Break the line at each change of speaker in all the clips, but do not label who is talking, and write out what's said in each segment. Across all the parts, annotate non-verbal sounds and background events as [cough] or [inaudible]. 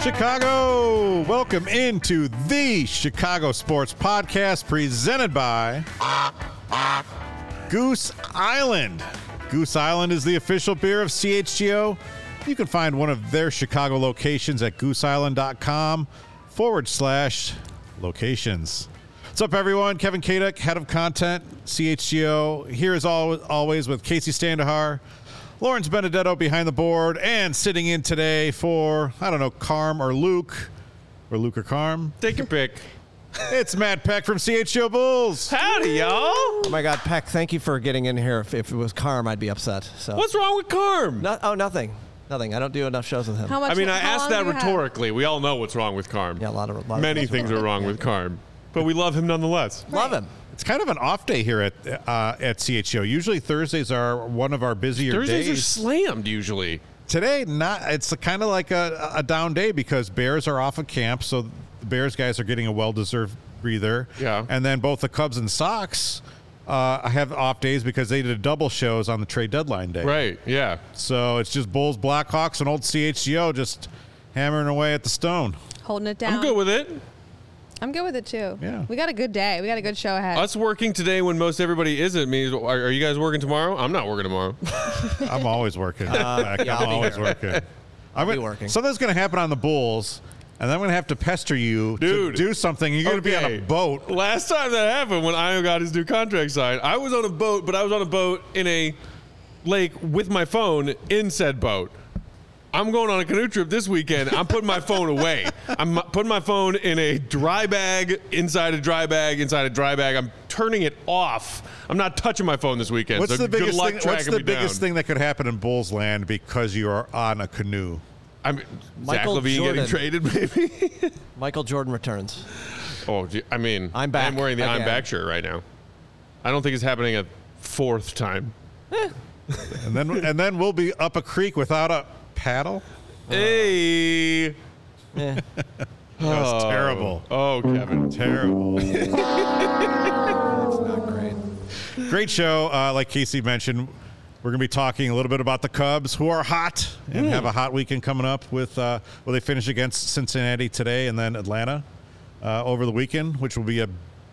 Chicago, welcome into the Chicago Sports Podcast presented by Goose Island. Goose Island is the official beer of CHGO. You can find one of their Chicago locations at gooseisland.com forward slash locations. What's up, everyone? Kevin Kaduk, head of content, CHGO, here as al- always with Casey Standahar, Lawrence Benedetto behind the board, and sitting in today for, I don't know, Carm or Luke, or Luke or
[laughs]
Carm.
Take your pick.
It's Matt Peck from CHGO Bulls.
Howdy, y'all.
Oh my God, Peck! Thank you for getting in here. If, if it was Carm, I'd be upset. So
What's wrong with Carm?
No- oh, nothing, nothing. I don't do enough shows with him.
How much?
I mean, I
how
asked
long
that
do you have?
rhetorically. We all know what's wrong with Carm.
yeah, a lot of a lot of
Many
things
things are wrong with Carm, but we love him nonetheless.
Love him.
It's kind of an off day here at uh, at CHGO. Usually Thursdays are one of our busier
Thursdays are
days.
slammed usually.
today not it's kind of like a, a down day because bears are off of camp so the bears guys are getting a well-deserved breather
Yeah.
and then both the cubs and sox uh, have off days because they did double shows on the trade deadline day
Right? Yeah.
so it's just bulls blackhawks and old chgo just hammering away at the stone
Holding it down.
I'm good with it.
I'm good with it too.
Yeah.
We got a good day. We got a good show ahead.
Us working today when most everybody isn't means. Are, are you guys working tomorrow? I'm not working tomorrow.
i'm always
[laughs]
working Like,
Uh, yeah, I'll
i'm
be
always
here.
working i'm
be working.
something's going to happen on the bulls and then i'm going to have to pester you
Dude.
to do something you're going to be
Okay.
on a boat
Last time that happened, when I got his new contract signed, I was on a boat, but I was on a boat in a lake with my phone in said boat. I'm going on a canoe trip this weekend. I'm putting my phone away. I'm putting my phone in a dry bag, inside a dry bag, inside a dry bag. I'm turning it off. I'm not touching my phone this weekend.
What's
so
the biggest
good luck
thing?
tracking
What's the
me
biggest
down.
thing that could happen in Bulls land because you are on a canoe?
I'm Zach
Michael
Levine getting
Jordan.
traded, maybe. [laughs]
Michael Jordan returns.
oh, gee, I mean,
I'm back
I'm wearing the I'm
again.
back shirt right now. I don't think it's happening a fourth time.
And then and then we'll be up a creek without a paddle.
Uh, Hey.
[laughs] Eh.
That's terrible.
Oh, Kevin.
Terrible.
It's not great.
Great show. Uh, like Casey mentioned, we're going to be talking a little bit about the Cubs, who are hot and
Hmm.
have a hot weekend coming up. With uh, well, they finish against Cincinnati today, and then Atlanta uh, over the weekend, which will be a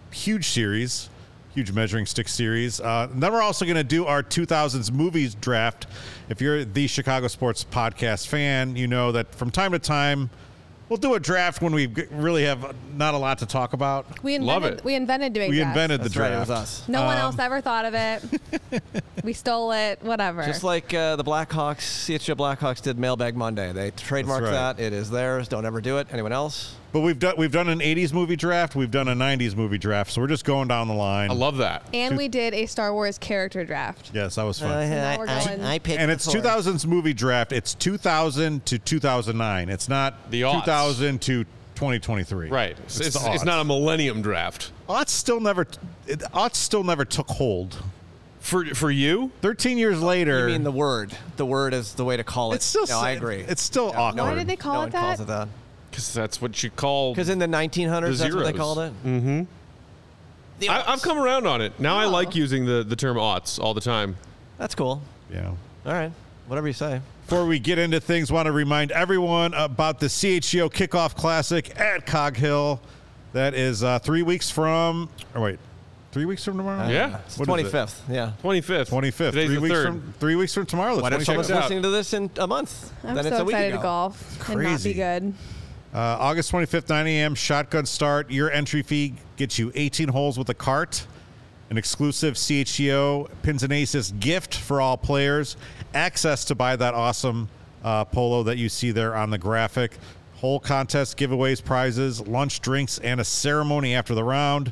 huge series, huge measuring stick series. Uh, and then we're also going to do our 2000s movies draft. If you're the Chicago sports podcast fan, you know that from time to time. We'll do a draft when we g- really have not a lot to talk about.
we
Love
invented.
it.
We invented doing.
We
drafts.
invented
That's
the
right. It
draft.
was us.
No one else ever thought of it. we stole it. Whatever.
Just like uh, the Blackhawks, CHO Blackhawks did Mailbag Monday. They trademarked
right.
that. It is theirs. Don't ever do it. Anyone else?
But we've done we've done an '80s movie draft, we've done a '90s movie draft, so we're just going down the line.
I love that.
and we did a Star Wars character draft.
yes, that was fun.
now we're going-
picked.
and it's 2000s movie draft. It's 2000 to 2009. It's not
The odds.
2000 to 2023.
Right.
It's,
It's, it's,
the odds.
not a millennium draft.
odds still never it, odds still never took hold.
For for you?
13 years later,
I Oh, mean the word. The word is the way to call it.
it's still
No, I agree.
It's still awkward.
Why did they call
no
it
one calls
that?
it that.
Because that's what you call.
Because in the
The
1900s, that's what they
zeros.
called it.
Mm-hmm.
I, I've come around on it. Now I
Oh.
like using the, the term aughts all the time.
That's cool.
yeah.
All right. Whatever you say.
Before we get into things, want to remind everyone about the CHGO Kickoff Classic at Cog Hill. That is uh, three weeks from, or wait, three weeks from tomorrow?
Yeah.
It's
What is it?
25th. Yeah.
25th.
25th. three
Today's the
weeks
3rd.
from three weeks from tomorrow. The
Why don't
25th.
someone's
it out.
listening to this in a month?
I'm
then
so
it's a week
excited
ago.
to golf and not
crazy.
be good.
Uh, August 25th, 9 a.m. Shotgun start. Your entry fee gets you 18 holes with a cart, an exclusive CHGO pins and aces gift for all players, access to buy that awesome uh, polo that you see there on the graphic, whole contest, giveaways, prizes, lunch, drinks, and a ceremony after the round.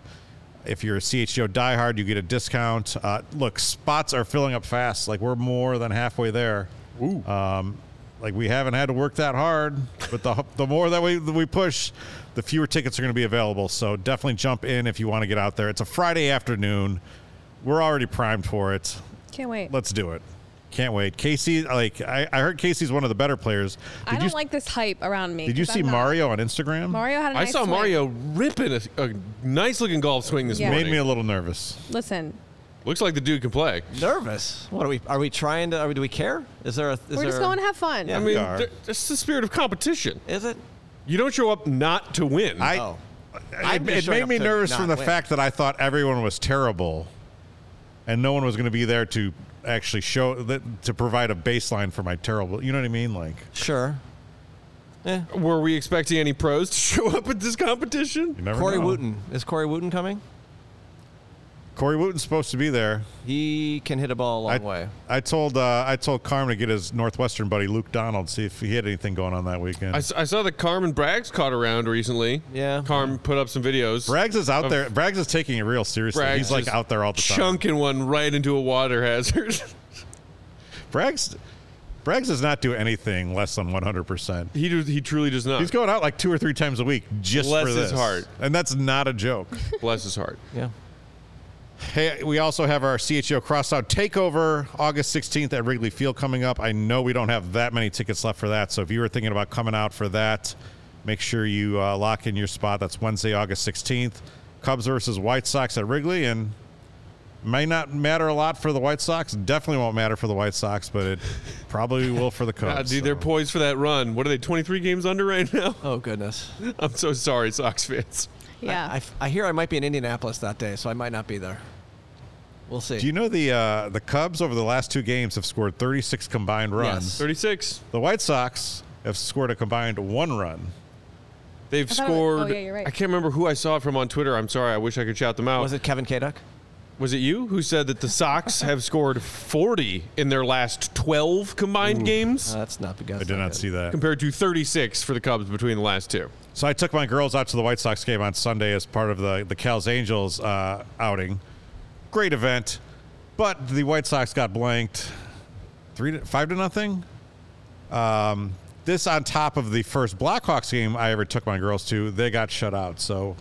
If you're a CHGO diehard, you get a discount. Uh, look, spots are filling up fast. Like we're more than halfway there. Ooh. Um, like we haven't had to work that hard, but the the more that we that we push, the fewer tickets are going to be available. So definitely jump in if you want to get out there. It's a Friday afternoon. We're already primed for it.
Can't wait.
Let's do it. Can't wait. Casey, like I, I heard Casey's one of the better players.
I
Did
don't
you,
like this hype around me.
Did you
'cause
see
I'm not-
Mario on Instagram?
Mario had a
I
nice
saw
swing.
Mario ripping a, a nice looking golf swing this
Yeah.
made
morning.
me a little nervous.
Listen,
Looks like the dude can play.
Nervous. What are we? Are we trying to? Are we? Do we care? Is there a? Is
we're just
there-
going to have fun.
Yeah.
I
We
mean,
are.
there- it's the spirit of competition.
Is it?
You don't show up not to win.
I,
Oh.
it,
I'm just
it
showing
made
up
me
to
nervous
not
from the
win.
fact that I thought everyone was terrible, and no one was going to be there to actually show that, to provide a baseline for my terrible. You know what I mean? Like
Sure. Yeah.
Were we expecting any pros to [laughs] show up at this
you
competition?
never
Corey
know.
Wooten. Is Corey Wooten coming?
Corey Wooten's supposed to be there.
He can hit a ball a long
I,
way.
I told uh, I told Carm to get his Northwestern buddy Luke Donald see if he had anything going on that weekend.
I, s- I saw that Carmen Braggs caught around recently.
Yeah.
Carm put up some videos.
Braggs is out there. Braggs is taking it real seriously.
Braggs
He's like
just
out there all the time.
Chunking one right into a water hazard. [laughs]
Braggs, Braggs does not do anything less than one hundred percent.
he do, he truly does not.
He's going out like two or three times a week just
Bless
for
his
this.
heart.
And that's not a joke.
Bless his heart.
Yeah.
hey, we also have our CHO Crosstown Takeover August 16th at Wrigley Field coming up. I know we don't have that many tickets left for that. So if you were thinking about coming out for that, make sure you uh, lock in your spot. That's Wednesday, August 16th. Cubs versus White Sox at Wrigley. And may not matter a lot for the White Sox. Definitely won't matter for the White Sox, but it probably will
[laughs]
for the Cubs.
God, dude,
so.
they're poised for that run. What are they, 23 games under right now? [laughs]
Oh goodness.
I'm so sorry, Sox fans.
Yeah.
I, I f- I hear I might be in Indianapolis that day, so I might not be there. We'll see.
Do you know the uh, the Cubs over the last two games have scored 36 combined runs?
Yes.
36.
The White Sox have scored a combined one run.
They've
I thought it was-
scored.
oh, yeah, you're right.
I can't remember who I saw it from on Twitter. I'm sorry. I wish I could shout them out.
Was it Kevin Kaduk?
Was it you who said that the Sox have scored 40 in their last 12 combined games
Uh, that's not because
I did not see that.
compared to 36 for the Cubs between the last two?
So I took my girls out to the White Sox game on Sunday as part of the the Cal's Angels uh, outing. Great event, but the White Sox got blanked three to, five to nothing. Um, this on top of the first Blackhawks game I ever took my girls to. They got shut out, so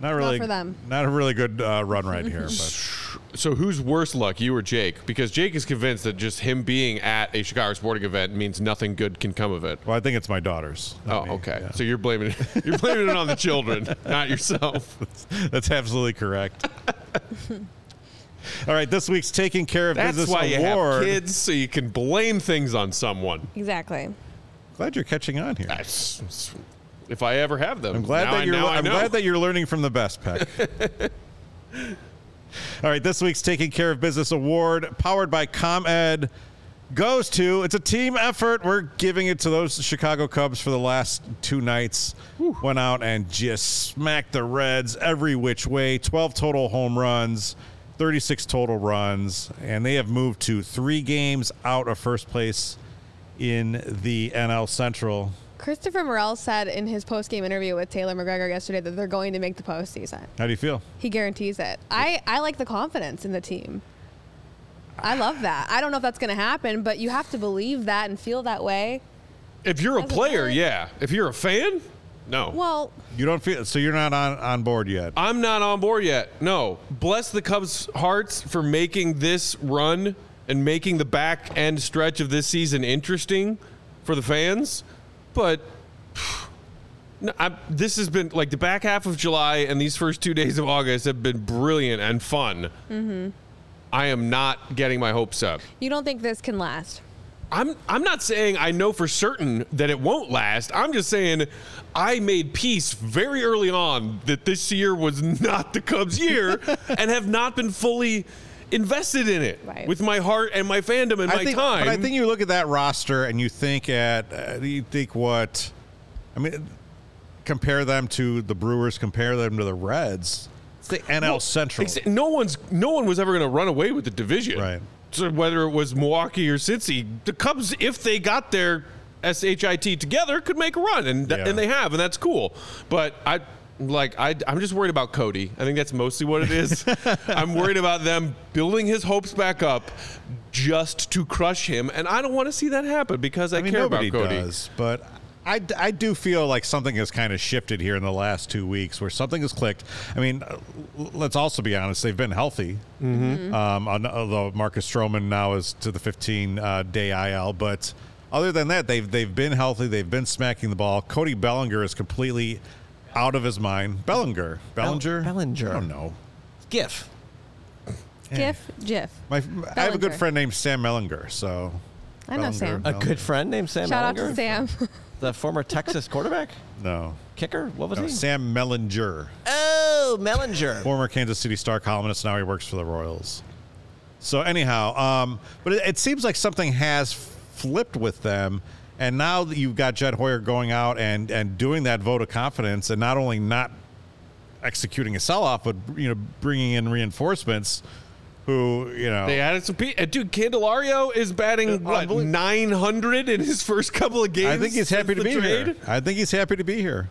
not really
for them.
Not a really good uh, run right here. But.
[laughs]
So who's worse luck, you or Jake? Because Jake is convinced that just him being at a Chicago sporting event means nothing good can come of it.
Well, I think it's my daughters. not
Oh,
me.
okay. So you're blaming you're blaming it [laughs] on
[laughs]
the children, not yourself.
That's absolutely
[laughs]
correct. All right, this week's Taking Care of
That's
Business
why you
Award.
have kids, so you can blame things on someone.
exactly.
Glad you're catching on here.
That's- If I ever have them,
I'm glad
Now
that
I-
you're.
now I
I'm
know.
glad that you're learning from the best,
[laughs]
Peck. All right, this week's Taking Care of Business Award, powered by ComEd, goes to. It's a team effort. We're giving it to those Chicago Cubs for the last two nights. Went out and just smacked the Reds every which way. Twelve total home runs. 36 total runs, and they have moved to three games out of first place in the NL Central.
Christopher Morel said in his post-game interview with Taylor McGregor yesterday that they're going to make the postseason.
How do you feel?
He guarantees it. I, I like the confidence in the team. I love that. I don't know if that's going to happen, but you have to believe that and feel that way.
If you're a
As a
player,
player-
yeah. If you're a fan, no.
Well,
You don't feel so you're not on, on board yet.
I'm not on board yet. No. Bless the Cubs' hearts for making this run and making the back end stretch of this season interesting for the fans. But [sighs] no, I, this has been like the back half of July and these first two days of August have been brilliant and fun. I am not getting my hopes up.
you don't think this can last.
I'm I'm not saying I know for certain that it won't last. I'm just saying I made peace very early on that this year was not the
[laughs]
Cubs year and have not been fully invested in it
Right.
with my heart and my fandom and my
I think,
time.
But I think you look at that roster and you think at uh, you think what I mean compare them to the Brewers, compare them to the Reds. It's the NL Central.
Exa- no one's no one was ever going to run away with the division.
Right.
So whether it was Milwaukee or Cincy, the Cubs, if they got their shit together, could make a run, and th-
Yeah.
and they have, and that's cool. But I. Like I, I'm just worried about Cody. I think that's mostly what
[laughs]
it is. I'm worried about them building his hopes back up, just to crush him, and I don't want to see that happen because I,
I mean
care about
nobody
Cody.
does, but I, d- I do feel like something has kind of shifted here in the last two weeks where something has clicked. I mean, uh, l- let's also be honest, they've been healthy.
Mm-hmm.
Um, al- although Marcus Stroman now is to the 15 uh, day IL, but other than that, they've they've been healthy. They've been smacking the ball. Cody Bellinger is completely out of his mind. Bellinger, Bellinger,
Bellinger.
I don't know.
GIF.
Gif, Jif.
My, I have a good
Bellinger.
friend named Sam Mellinger, so
I know Sam.
A
Bellinger.
good friend named Sam.
Shout out
Ellinger?
to Sam. [laughs]
the former Texas quarterback,
No.
kicker. What was
No,
he?
Sam Mellinger,
oh, Mellinger.
former Kansas City Star columnist, now he works for the Royals. So anyhow, um, but it, it seems like something has flipped with them, and now that you've got Jed Hoyer going out and and doing that vote of confidence, and not only not executing a sell off, but you know bringing in reinforcements, who you know
They added some pe- uh, dude. Candelario is batting what
unbelievable.
nine hundred in his first couple of games.
I think he's
since
happy to
the
be here.
trade.
I think he's happy to be here.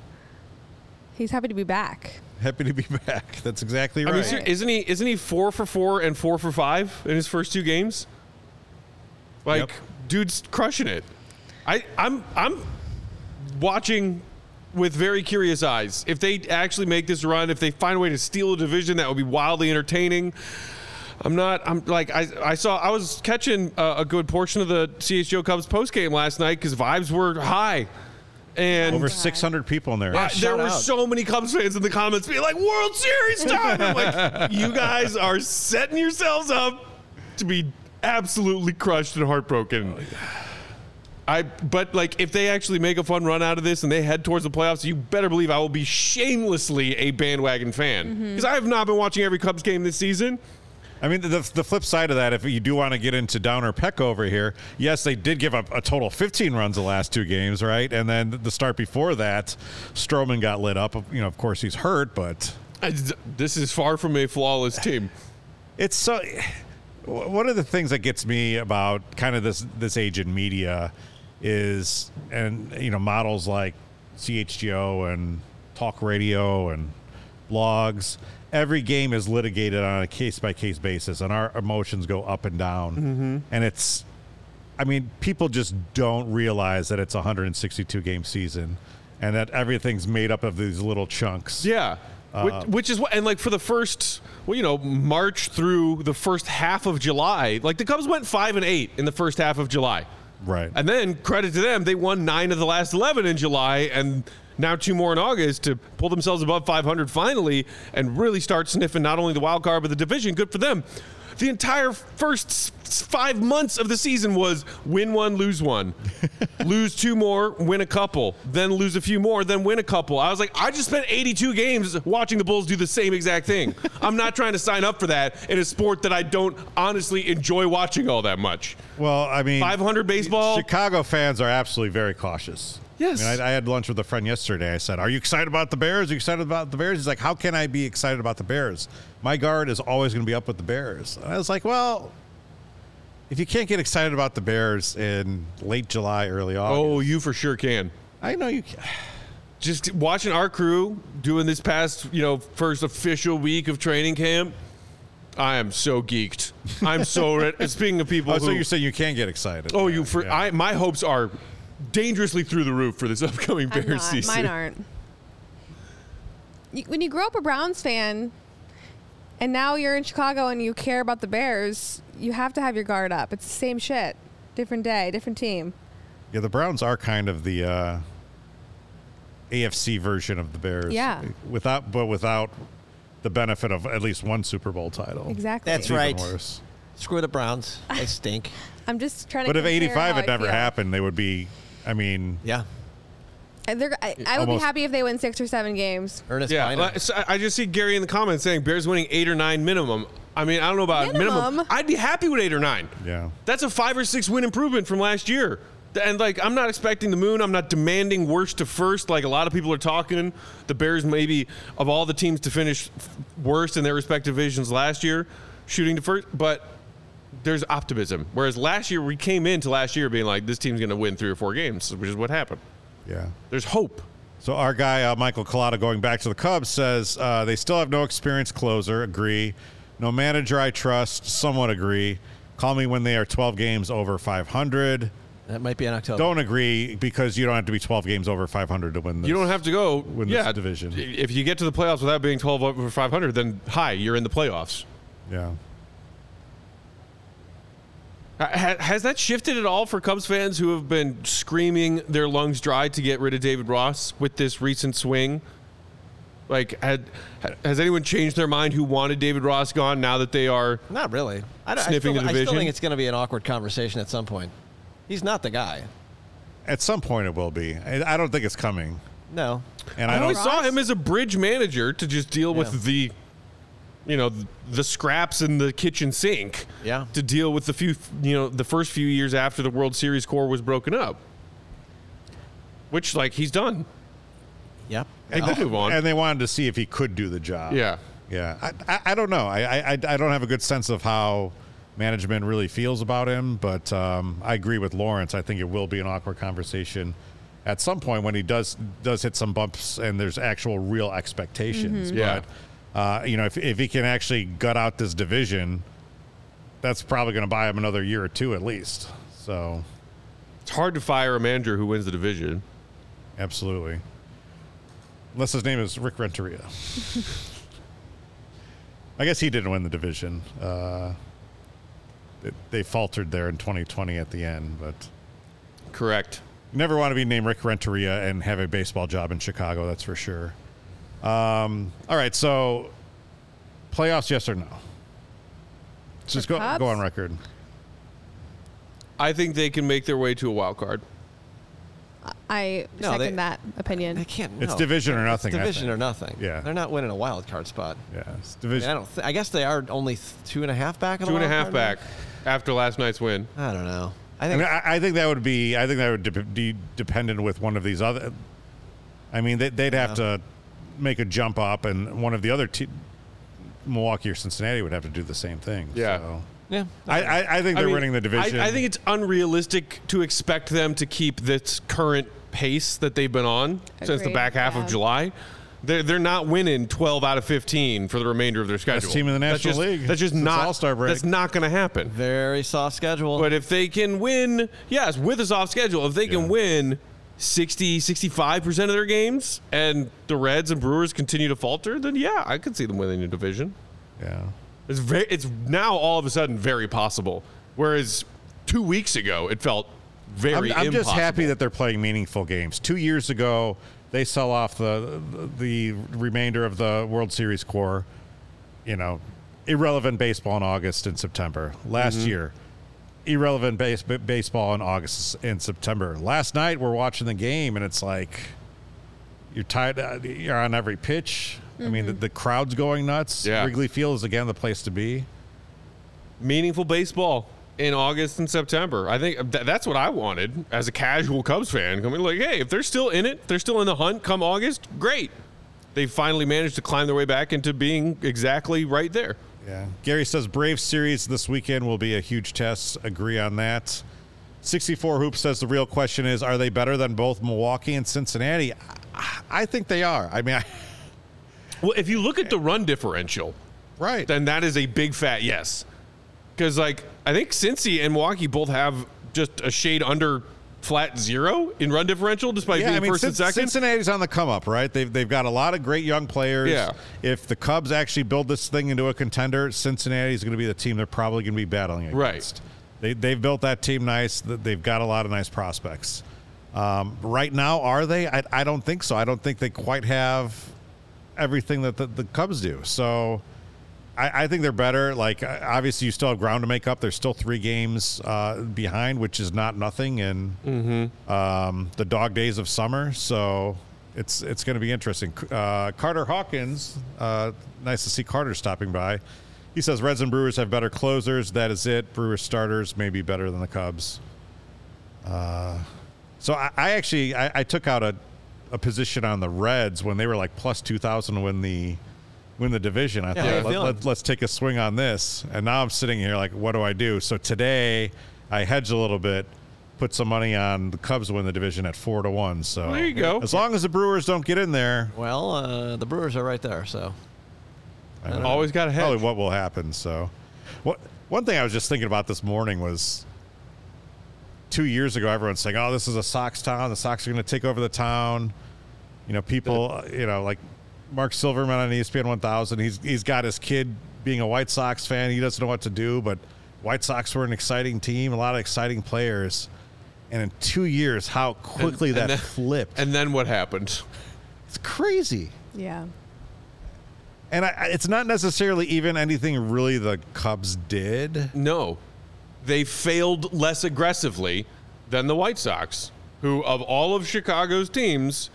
He's happy to be back.
Happy to be [laughs] back. That's exactly
I
right.
mean, ser- isn't he isn't he four for four and four for five in his first two games? Like,
Yep.
dude's crushing it. I I'm I'm watching with very curious eyes. If they actually make this run, if they find a way to steal a division, that would be wildly entertaining. I'm not. I'm like I. I saw. I was catching uh, a good portion of the CHGO Cubs postgame last night because vibes were high, and uh,
Over 600 people in there.
I- there
shout
were
out.
so many Cubs fans in the comments being like, "World Series time!" I'm
[laughs]
like, you guys are setting yourselves up to be absolutely crushed and
Oh,
heartbroken. I but like if they actually make a fun run out of this and they head towards the playoffs, you better believe I will be shamelessly a bandwagon fan
Mm-hmm.
because I have not been watching every Cubs game this season.
I mean, the, the flip side of that, if you do want to get into Downer Peck over here, yes, they did give up a total of 15 runs the last two games, right? And then the start before that, Stroman got lit up. You know, of course, he's hurt, but
I- This is far from a flawless team.
it's so. One of the things that gets me about kind of this this age in media is, and you know, models like CHGO and talk radio and blogs. Every game is litigated on a case by case basis, and our emotions go up and down.
Mm-hmm.
And it's I mean, people just don't realize that it's a 162 game season and that everything's made up of these little chunks.
Yeah. which, which is what, and like for the first, well, you know, March through the first half of July, like the Cubs went five and eight in the first half of July.
Right.
And then credit to them, they won nine of the last 11 in July and now two more in August to pull themselves above 500 finally and really start sniffing not only the wild card, but the division. Good for them. The entire first s- s- five months of the season was win one, lose one, lose two more, win a couple, then lose a few more, then win a couple. I was like, I just spent 82 games watching the Bulls do the same exact thing. I'm not trying to sign up for that in a sport that I don't honestly enjoy watching all that much.
Well, I mean,
500 baseball.
Chicago fans are absolutely very cautious.
Yes.
I, mean, I, I had lunch with a friend yesterday. I said, Are you excited about the Bears? Are you excited about the Bears? He's like, How can I be excited about the Bears? My guard is always going to be up with the Bears. And I was like, Well, if you can't get excited about the Bears in late July, early August,
Oh, you for sure can.
I know you can.
Just watching our crew doing this past, you know, first official week of training camp. I am so geeked. I'm so re- [laughs] speaking of people.
Oh, so
who-
you're saying you can get excited?
oh,
Yeah,
you for
yeah.
I my hopes are dangerously through the roof for this [laughs] upcoming
I'm
Bears
not.
season.
Mine aren't. You, when you grow up a Browns fan, and now you're in Chicago and you care about the Bears, you have to have your guard up. It's the same shit, different day, different team.
Yeah, the Browns are kind of the uh, AFC version of the Bears.
Yeah.
Without, but without the benefit of at least one Super Bowl title.
Exactly.
It's
That's
even
right.
worse.
Screw the Browns. They stink.
I'm just trying to.
But if
compare
'85
how
had
I
never
feel.
happened, they would be. I mean,
Yeah.
And they're- I, I would be
Almost.
happy if they win six or seven games.
[laughs]
Ernest
Yeah,
Piner.
like, so I- I just see Gary in the comments saying Bears winning eight or nine minimum. I mean, I don't know about minimum.
Minimum?
I'd be happy with eight or nine.
Yeah.
that's a five or six win improvement from last year. Th- And like, I'm not expecting the moon. I'm not demanding worst to first. Like a lot of people are talking, the Bears maybe of all the teams to finish f- worst in their respective divisions last year, shooting to first. But there's optimism. Whereas last year we came into last year being like, this team's going to win three or four games, which is what happened.
yeah.
There's hope.
So our guy uh, Michael Collada, going back to the Cubs, says uh, they still have no experienced closer. Agree. No manager I trust. Somewhat agree. Call me when they are 12 games over 500.
that might be in October.
Don't agree because you don't have to be 12 games over 500 to win. This.
You don't have to go
win this
yeah,
division.
If you get to the playoffs without being 12 over 500, then hi, you're in the playoffs.
Yeah.
Ha- ha- Has that shifted at all for Cubs fans who have been screaming their lungs dry to get rid of David Ross with this recent swing? Like, had, ha- has anyone changed their mind who wanted David Ross gone now that they are?
Not really. I, don't- I
Sniffing
still,
the
I still
division?
think it's going to be an awkward conversation at some point. He's not the guy.
At some point, it will be. I, I don't think it's coming.
No.
And
I
I don't.
always saw him as a bridge manager to just deal
Yeah.
with the, you know, th- the scraps in the kitchen sink.
Yeah.
To deal with the few, you know, the first few years after the World Series core was broken up. Which, like, he's done.
Yep.
They could move on.
And they wanted to see if he could do the job.
yeah.
Yeah, I, I, I don't know. I, I, I don't have a good sense of how management really feels about him, but um, I agree with Lawrence. I think it will be an awkward conversation at some point when he does does hit some bumps and there's actual real expectations.
Yeah.
But, uh, you know, if, if he can actually gut out this division, that's probably going to buy him another year or two at least. So,
It's hard to fire a manager who wins the division.
absolutely. Unless his name is Rick Renteria. I guess he didn't win the division. Uh, they, they faltered there in 2020 at the end, but
Correct.
you never want to be named Rick Renteria and have a baseball job in Chicago, that's for sure. Um, all right, so playoffs, yes or no? Let's Just go,
Cubs?
go on record.
I think they can make their way to a wild card.
I
No,
second
they-
that opinion.
They can't.
It's
no.
division or nothing. I
Division
think.
or nothing.
Yeah.
They're not winning a wild card spot.
Yeah, it's
I, mean,
division.
I don't. Th- I guess they are only th- two and a half back. Of the
Two and a
wild
half
card
back
now.
after last night's win.
I don't know. I
I
think
mean, I, I think that would be. I think that would dep be dependent with one of these other. I mean, they, they'd have to make a jump up, and one of the other te- Milwaukee or Cincinnati would have to do the same thing.
Yeah.
So.
Yeah.
I, I, I think they're
mean,
winning the division.
I, I think it's unrealistic to expect them to keep this current pace that they've been on since the
Agreed,
back half
yeah.
of July. They're, they're not winning 12 out of 15 for the remainder of their schedule.
team in the
That's
National
just-
League
That's just
since
not
All-Star break.
That's not going to happen.
Very soft schedule.
But if they can win, yes, with a soft schedule, if they
Yeah.
can win 60, 65% of their games and the Reds and Brewers continue to falter, then yeah, I could see them winning the division.
yeah.
It's very, it's now all of a sudden very possible. Whereas two weeks ago, it felt very.
I'm, I'm just
impossible.
happy that they're playing meaningful games. Two years ago, they sell off the the remainder of the World Series core. You know, irrelevant baseball in August and September last
Mm-hmm.
year. Irrelevant base, b- baseball in August and September. Last night, we're watching the game, and it's like you're tired. uh, You're on every pitch. I mean, the, the crowd's going nuts.
Mm-hmm. Yeah.
Wrigley Field is again the place to be.
meaningful baseball in August and September. I think th- that's what I wanted as a casual Cubs fan. Coming like, hey, if they're still in it, they're still in the hunt. Come August, great. They finally managed to climb their way back into being exactly right there.
Yeah. Gary says Brave series this weekend will be a huge test. Agree on that. 64 Hoop says the real question is are they better than both Milwaukee and Cincinnati? I, I think they are. I mean, I,
Well, if you look at the run differential,
right.
then that is a big fat yes. Because like I think Cincy and Milwaukee both have just a shade under flat zero in run differential, despite
yeah,
being
I mean,
first and
Cin-
second.
Cincinnati's on the come up, right? They've, they've got a lot of great young players.
Yeah.
If the Cubs actually build this thing into a contender, Cincinnati's going to be the team they're probably going to be battling against.
Right.
They, they've built that team nice. Th- They've got a lot of nice prospects. Um, right now, are they? I, I don't think so. I don't think they quite have everything that the, the Cubs do. So I, I think they're better. Like, uh, obviously, you still have ground to make up. They're still three games uh, behind, which is not nothing.
Mm-hmm.
And um, the dog days of summer. So it's it's going to be interesting. Uh, Carter Hawkins, uh, nice to see Carter stopping by. He says Reds and Brewers have better closers. That is it. Brewers starters may be better than the Cubs. Uh, So I, I actually I, I took out a, a position on the Reds when they were like plus two thousand to win the win the division. I
how you
thought let,
feeling?
let, let's take a swing on this, and now I'm sitting here like, what do I do? So today I hedge a little bit, put some money on the Cubs win the division at four to one. So
There you go.
As long as the Brewers don't get in there,
well, uh, the Brewers are right there. So
Always got ahead.
probably what will happen. So, what one thing I was just thinking about this morning was two years ago, everyone's saying, "Oh, this is a Sox town. The Sox are going to take over the town." You know, people, uh, you know, like Mark Silverman on E ESPN 1000. He's he's got his kid being a White Sox fan. He doesn't know what to do, but White Sox were an exciting team, a lot of exciting players. And in two years, how quickly
And-
that
and then-
flipped.
And then what happened?
it's crazy.
[laughs]
yeah.
And I- I, it's not necessarily even anything really the Cubs did.
No, they failed less aggressively than the White Sox. who, of all of Chicago's teams,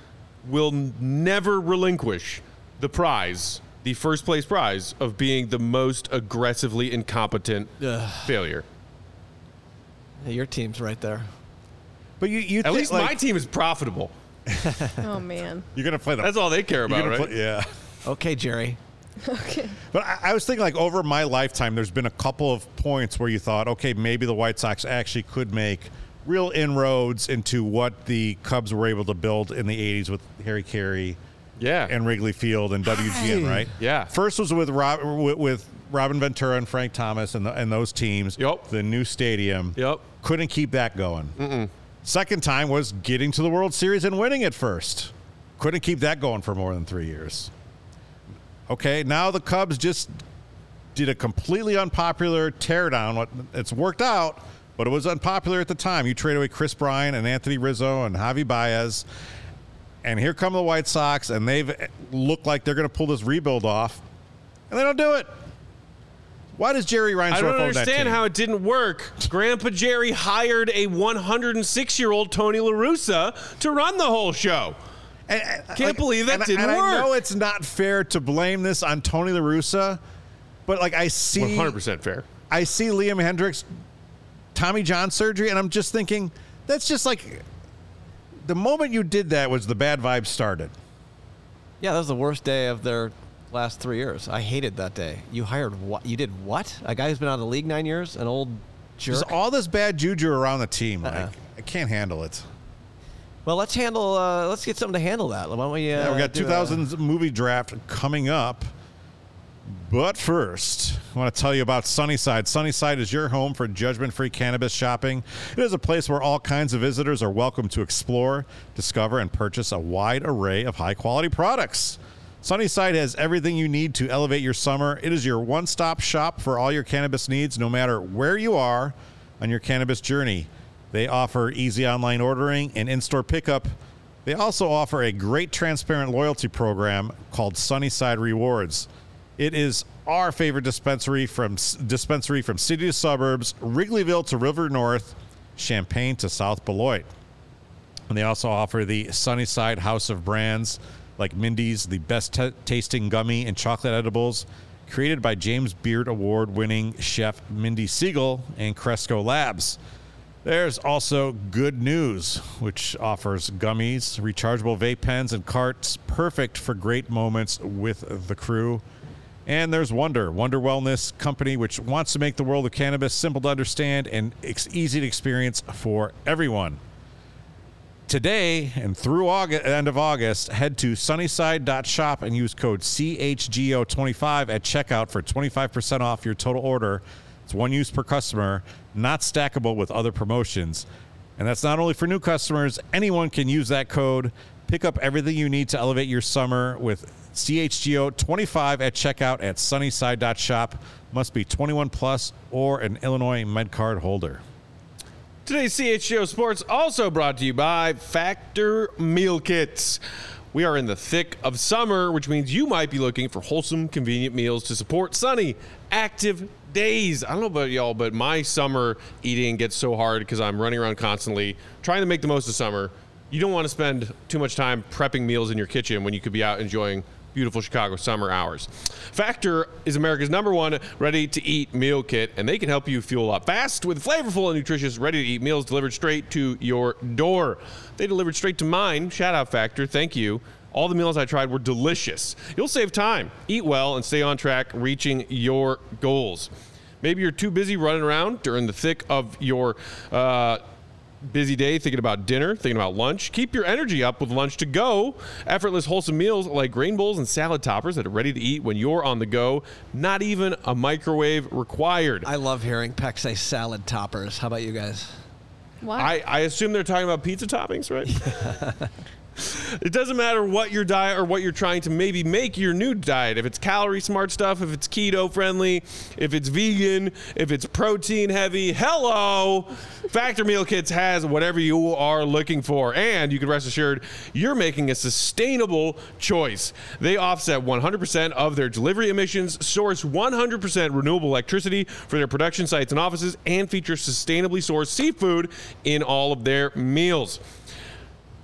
will n- never relinquish the prize, the first place prize of being the most aggressively incompetent failure.
Yeah, your team's right there.
But you, you
At
think,
least
like,
my team is profitable.
Oh man. [laughs]
you're gonna play the.
That's all they care
you're
about,
gonna
right?
play- yeah.
Okay, Jerry.
Okay.
But I, I was thinking, like, over my lifetime, there's been a couple of points where you thought, okay, maybe the White Sox actually could make real inroads into what the Cubs were able to build in the 80s with Harry Carey
Yeah.
and Wrigley Field and WGN, right?
Yeah.
First was with, Rob, with, with Robin Ventura and Frank Thomas and, the, and those teams.
Yup.
The new stadium.
Yup.
Couldn't keep that going. Second time was getting to the World Series and winning it first. Couldn't keep that going for more than three years. Okay, now the Cubs just did a completely unpopular teardown. What- It's worked out, but it was unpopular at the time. You trade away Chris Bryan and Anthony Rizzo and Javi Baez, and here come the White Sox, and they've looked like they're going to pull this rebuild off, and they don't do it. Why does Jerry Reinsdorf
I don't
own that team?
understand how it didn't work. Grandpa Jerry hired a 106 year old Tony LaRussa to run the whole show.
And- and-
Can't believe that
and I-
didn't
and I
work.
know it's not fair to blame this on Tony La Russa, but like I see,
100% fair.
I see Liam Hendricks, Tommy John surgery, and I'm just thinking that's just like the moment you did that was the bad vibe started.
Yeah, that was the worst day of their last three years. I hated that day. You hired what? You did what? A guy who's been out of the league nine years, an old jerk.
There's all this bad juju around the team. Like,
Uh-uh.
I can't handle it.
well, let's handle. Uh, let's get something to handle that. Why don't we? Uh,
Yeah, we got
do a-
2000s movie draft coming up. But first, I want to tell you about Sunnyside. Sunnyside is your home for judgment free cannabis shopping. It is a place where all kinds of visitors are welcome to explore, discover, and purchase a wide array of high quality products. Sunnyside has everything you need to elevate your summer. It is your one stop shop for all your cannabis needs, no matter where you are on your cannabis journey. They offer easy online ordering and in store pickup. They also offer a great transparent loyalty program called Sunnyside Rewards. It is our favorite dispensary from dispensary from city to suburbs, Wrigleyville to River North, Champaign to South Beloit. And they also offer the Sunnyside House of Brands, like Mindy's, the best t- tasting gummy and chocolate edibles, created by James Beard Award winning chef Mindy Siegel and Cresco Labs. There's also Good News, which offers gummies, rechargeable vape pens, and carts perfect for great moments with the crew. And there's Wonder, Wonder Wellness Company, which wants to make the world of cannabis simple to understand and ex- easy to experience for everyone today and through August, end of August, head to sunnyside.shop and use code CHGO25 at checkout for 25% off your total order. It's one use per customer, not stackable with other promotions. And that's not only for new customers, anyone can use that code. Pick up everything you need to elevate your summer with CHGO25 at checkout at sunnyside.shop. Must be 21 plus or an Illinois MedCard holder.
Today's CHGO Sports also brought to you by Factor Meal Kits. We are in the thick of summer, which means you might be looking for wholesome, convenient meals to support sunny, active days. I don't know about y'all, but my summer eating gets so hard because I'm running around constantly trying to make the most of summer. You don't want to spend too much time prepping meals in your kitchen when you could be out enjoying beautiful Chicago summer hours. Factor is America's number one ready to eat meal kit, and they can help you fuel up fast with flavorful and nutritious ready to eat meals delivered straight to your door. They delivered straight to mine. Shout out, Factor. Thank you. All the meals I tried were delicious. You'll save time, eat well, and stay on track reaching your goals. Maybe you're too busy running around during the thick of your uh, busy day thinking about dinner, thinking about lunch. Keep your energy up with lunch to go. Effortless, wholesome meals like grain bowls and salad toppers that are ready to eat when you're on the go. Not even a microwave required.
I love hearing Peck say salad toppers. How about you guys?
What?
I, I assume they're talking about pizza toppings, right? It doesn't matter what your diet or what you're trying to maybe make your new diet. If it's calorie smart stuff, if it's keto friendly, if it's vegan, if it's protein heavy, hello. Factor Meal Kits has whatever you are looking for. And you can rest assured you're making a sustainable choice. They offset 100% of their delivery emissions, source 100% renewable electricity for their production sites and offices, and feature sustainably sourced seafood in all of their meals.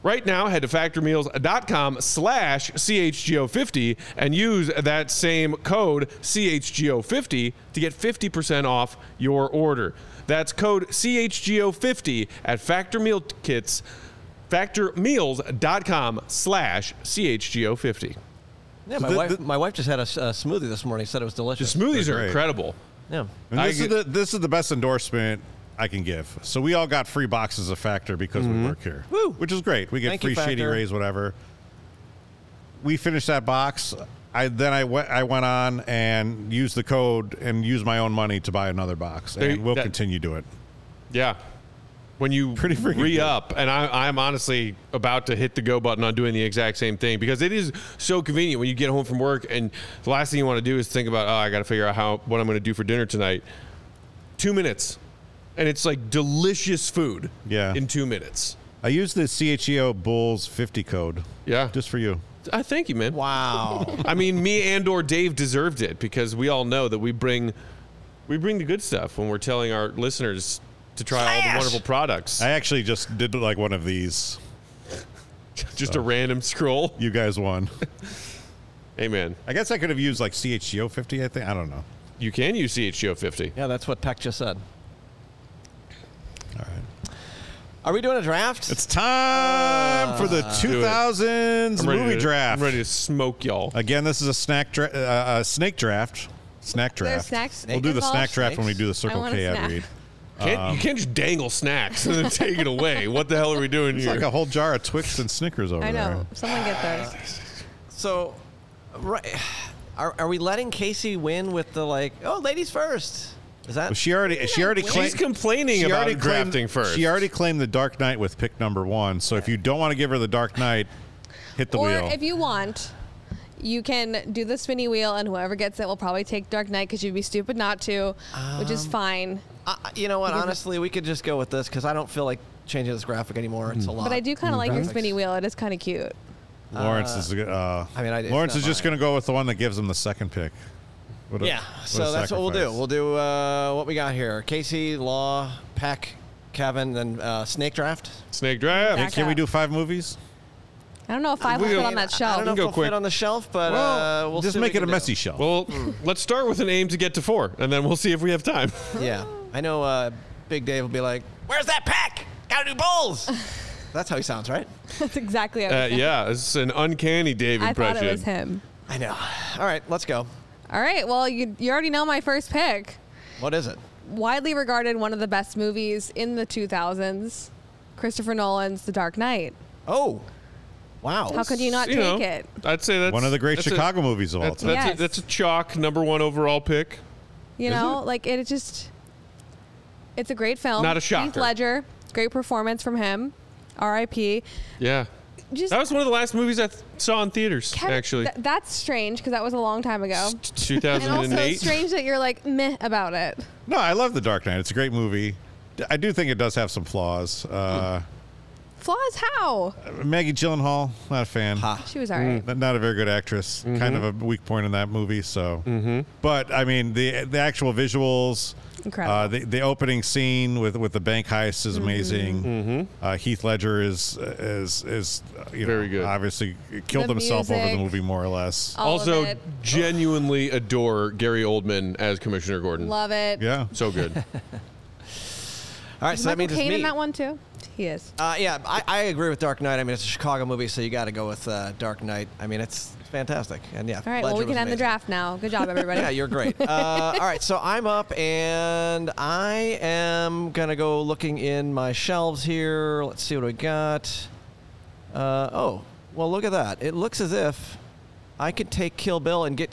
Right now, head to factormeals.com slash CHGO50 and use that same code CHGO50 to get 50% off your order. That's code CHGO50 at factormealkits, factormeals.com slash CHGO50.
Yeah, my
The-
wife.
the-
my wife just had a, s- a smoothie this morning. Said it was
The
delicious.
smoothies
They're
are
great.
incredible.
yeah.
And
I
this is
get-
the this is the best endorsement I can give. So we all got free boxes of Factor because
Mm-hmm.
we work here,
Woo.
which is great. We get
Thank you,
free shady
Factor.
rays, whatever. We finished that box. I then I went I went on and used the code and used my own money to buy another box,
There
and
you-
we'll
that-
continue to it.
Yeah. When you
Pretty freaking
re up, and I, I'm honestly about to hit the go button on doing the exact same thing because it is so convenient when you get home from work, and the last thing you want to do is think about, oh, I got to figure out how what I'm going to do for dinner tonight. Two minutes, and it's like delicious food.
Yeah.
in two minutes.
I used the CHEO Bulls fifty code.
Yeah.
just for you.
I thank you, man.
Wow.
I mean, me and or Dave deserved it because we all know that we bring we bring the good stuff when we're telling our listeners to try all the wonderful products.
I actually just did like one of these.
[laughs] Just a random scroll.
You guys
[laughs]
won.
Hey, man.
I guess I could have used like CHGO fifty. I think I don't know.
You can use CHGO 50.
[laughs] yeah, that's what Peck just said.
All right.
Are we doing a draft?
It's time for
Uh,
the
do it.
2000s
I'm ready
movie
to-
draft.
I'm ready to smoke y'all.
Again, this is a snack dra- uh, uh, snake draft. Snack draft.
snacks
we'll do the
involved?
snack draft when we
Snakes?
do the Circle
want a
K ad
snack. [laughs]
read.
Can't,
um,
you can't just dangle snacks and then take it away. What the hell are we doing
It's
here?
like a whole jar of Twix and Snickers over
I know.
there.
Someone get those.
so, right, are, are we letting Casey win with the like? Oh, ladies first. Is that?
But she already she already
She's
claimed
She's complaining
she
about
already claimed-
drafting first.
She already claimed the Dark Knight with pick number one. So if you don't want to give her the Dark Knight, hit the
or
wheel.
if you want, you can do the spinny wheel, and whoever gets it will probably take Dark Knight because you'd be stupid not to, which is fine.
I- you know what? Honestly, we could just go with this because I don't feel like changing this graphic anymore. It's a lot.
Hmm. But I do kind of like your spinny wheel. It is kind of cute.
Lawrence is uh,
I mean, I- it's
Lawrence
not
is just
mine.
going to go with the one that gives him the second pick. What a-
Yeah.
what a
So that's what we'll do.
sacrifice.
We'll do uh, what we got here: Casey, Law, Peck, Kevin, then uh, Snake Draft.
Snake draft.
Back
Can we
up.
do five movies?
I don't know if five
We
will
go-
fit on that
I- I
shelf.
don't know if
Go
they'll
quick.
fit on the shelf, but uh, we'll
just
see what
make
we
it a
can
messy
do.
shelf.
Well, let's start with a name to get to four, and then we'll see if we
[laughs]
have time.
Yeah, I know. Uh, Big Dave will be like, "Where's that pack? Gotta do
[laughs]
bowls." That's how he sounds, right?
[laughs] That's exactly how
Uh,
it is.
yeah, it's an uncanny Dave
I
impression.
thought it was him.
I know. All right, let's go.
All right. Well, you, you already know my first pick.
What is it?
Widely regarded one of the best movies in the 2000s, Christopher Nolan's The Dark Knight.
Oh, wow.
How could you not
You
take
know,
it?
I'd say that's
one of the great
that's a-
Chicago movies of all
That's,
time.
that's, a,
Yes.
that's a chalk number one overall pick.
You
Is
know,
it?
like it just it's a great film.
Not a
Heath
shocker.
Ledger, great performance from him. R.I.P.
Yeah,
Just
that was one of the last movies I th- saw in theaters.
Kevin-
actually,
th- that's strange because that was a long time ago. Oh. And also
2008.
strange that you're like meh about it.
No, I love The Dark Knight. It's a great movie. D- I do think it does have some flaws. Uh,
Flaws how?
Maggie Gyllenhaal, not a fan.
Ha.
She was alright.
Mm.
N- Not a very good actress.
Mm-hmm.
Kind of a weak point in that movie. So, but I mean, the the actual visuals,
Incredible. Mm-hmm.
Uh, the the opening scene with, with the bank heist is amazing. Uh, Heath Ledger is is is uh, you
Mm-hmm. Very
know,
good.
Obviously, killed
The
himself over the
music.
movie more or less.
All
also,
of it.
genuinely adore Gary Oldman as Commissioner Gordon.
Love it.
yeah.
so
[laughs]
good.
All right,
Is
so that
Michael
means it's
Caine
me.
in that one too? He is.
Uh, yeah, I, I agree with Dark Knight. I mean, it's a Chicago movie, so you got to go with uh, Dark Knight. I mean, it's fantastic. And yeah,
All right, well, we
Uh, Ledger
can
was
end the
amazing.
draft now.
[laughs]
Good job, everybody.
Yeah, you're great.
[laughs]
Uh, all right, so I'm up, and I am gonna go looking in my shelves here. Let's see what we got. Uh, oh, well, look at that. It looks as if I could take Kill Bill and get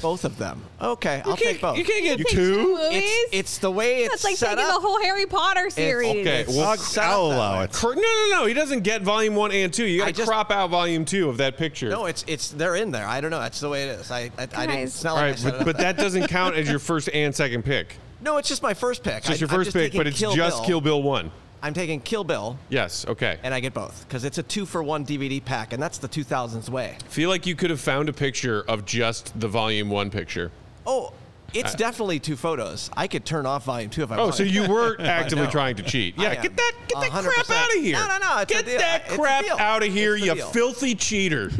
both of them. Okay, I'll
You can't,
take both.
you can't get
You
Take
two.
two?
movies?
It's, it's the way it's
That's like
set
taking
up.
the whole Harry Potter series.
okay.
It's
well,
I'll,
set up
I'll
that
allow
way.
it.
Cor- No, no, no. He doesn't get volume one and two. You
I
got to
just-
crop out volume two of that picture.
no, it's it's they're in there. I don't know. That's the way it is. I I, I didn't.
Guys.
It's not
All
like I
right,
set it
but,
up
but
that-
that doesn't count as your first and second
[laughs]
pick.
no, it's just my first pick.
So it's
I-
your
I'm
first pick,
taking
but it's
Kill
just
Bill.
Kill Bill one.
I'm taking Kill Bill,
Yes. Okay.
and I get both because it's a two for one DVD pack, and that's the 2000s way.
feel like you could have found a picture of just the volume one picture.
Oh, it's definitely two photos. I could turn off volume two if [laughs] I
Oh,
wanted.
so you were actively trying to cheat.
I
Yeah,
am.
get that get that crap
100%.
out of here.
No, no, no, it's a
get
deal.
that
It's a
crap
deal.
out of here,
It's a
you
deal.
filthy
[laughs]
cheater.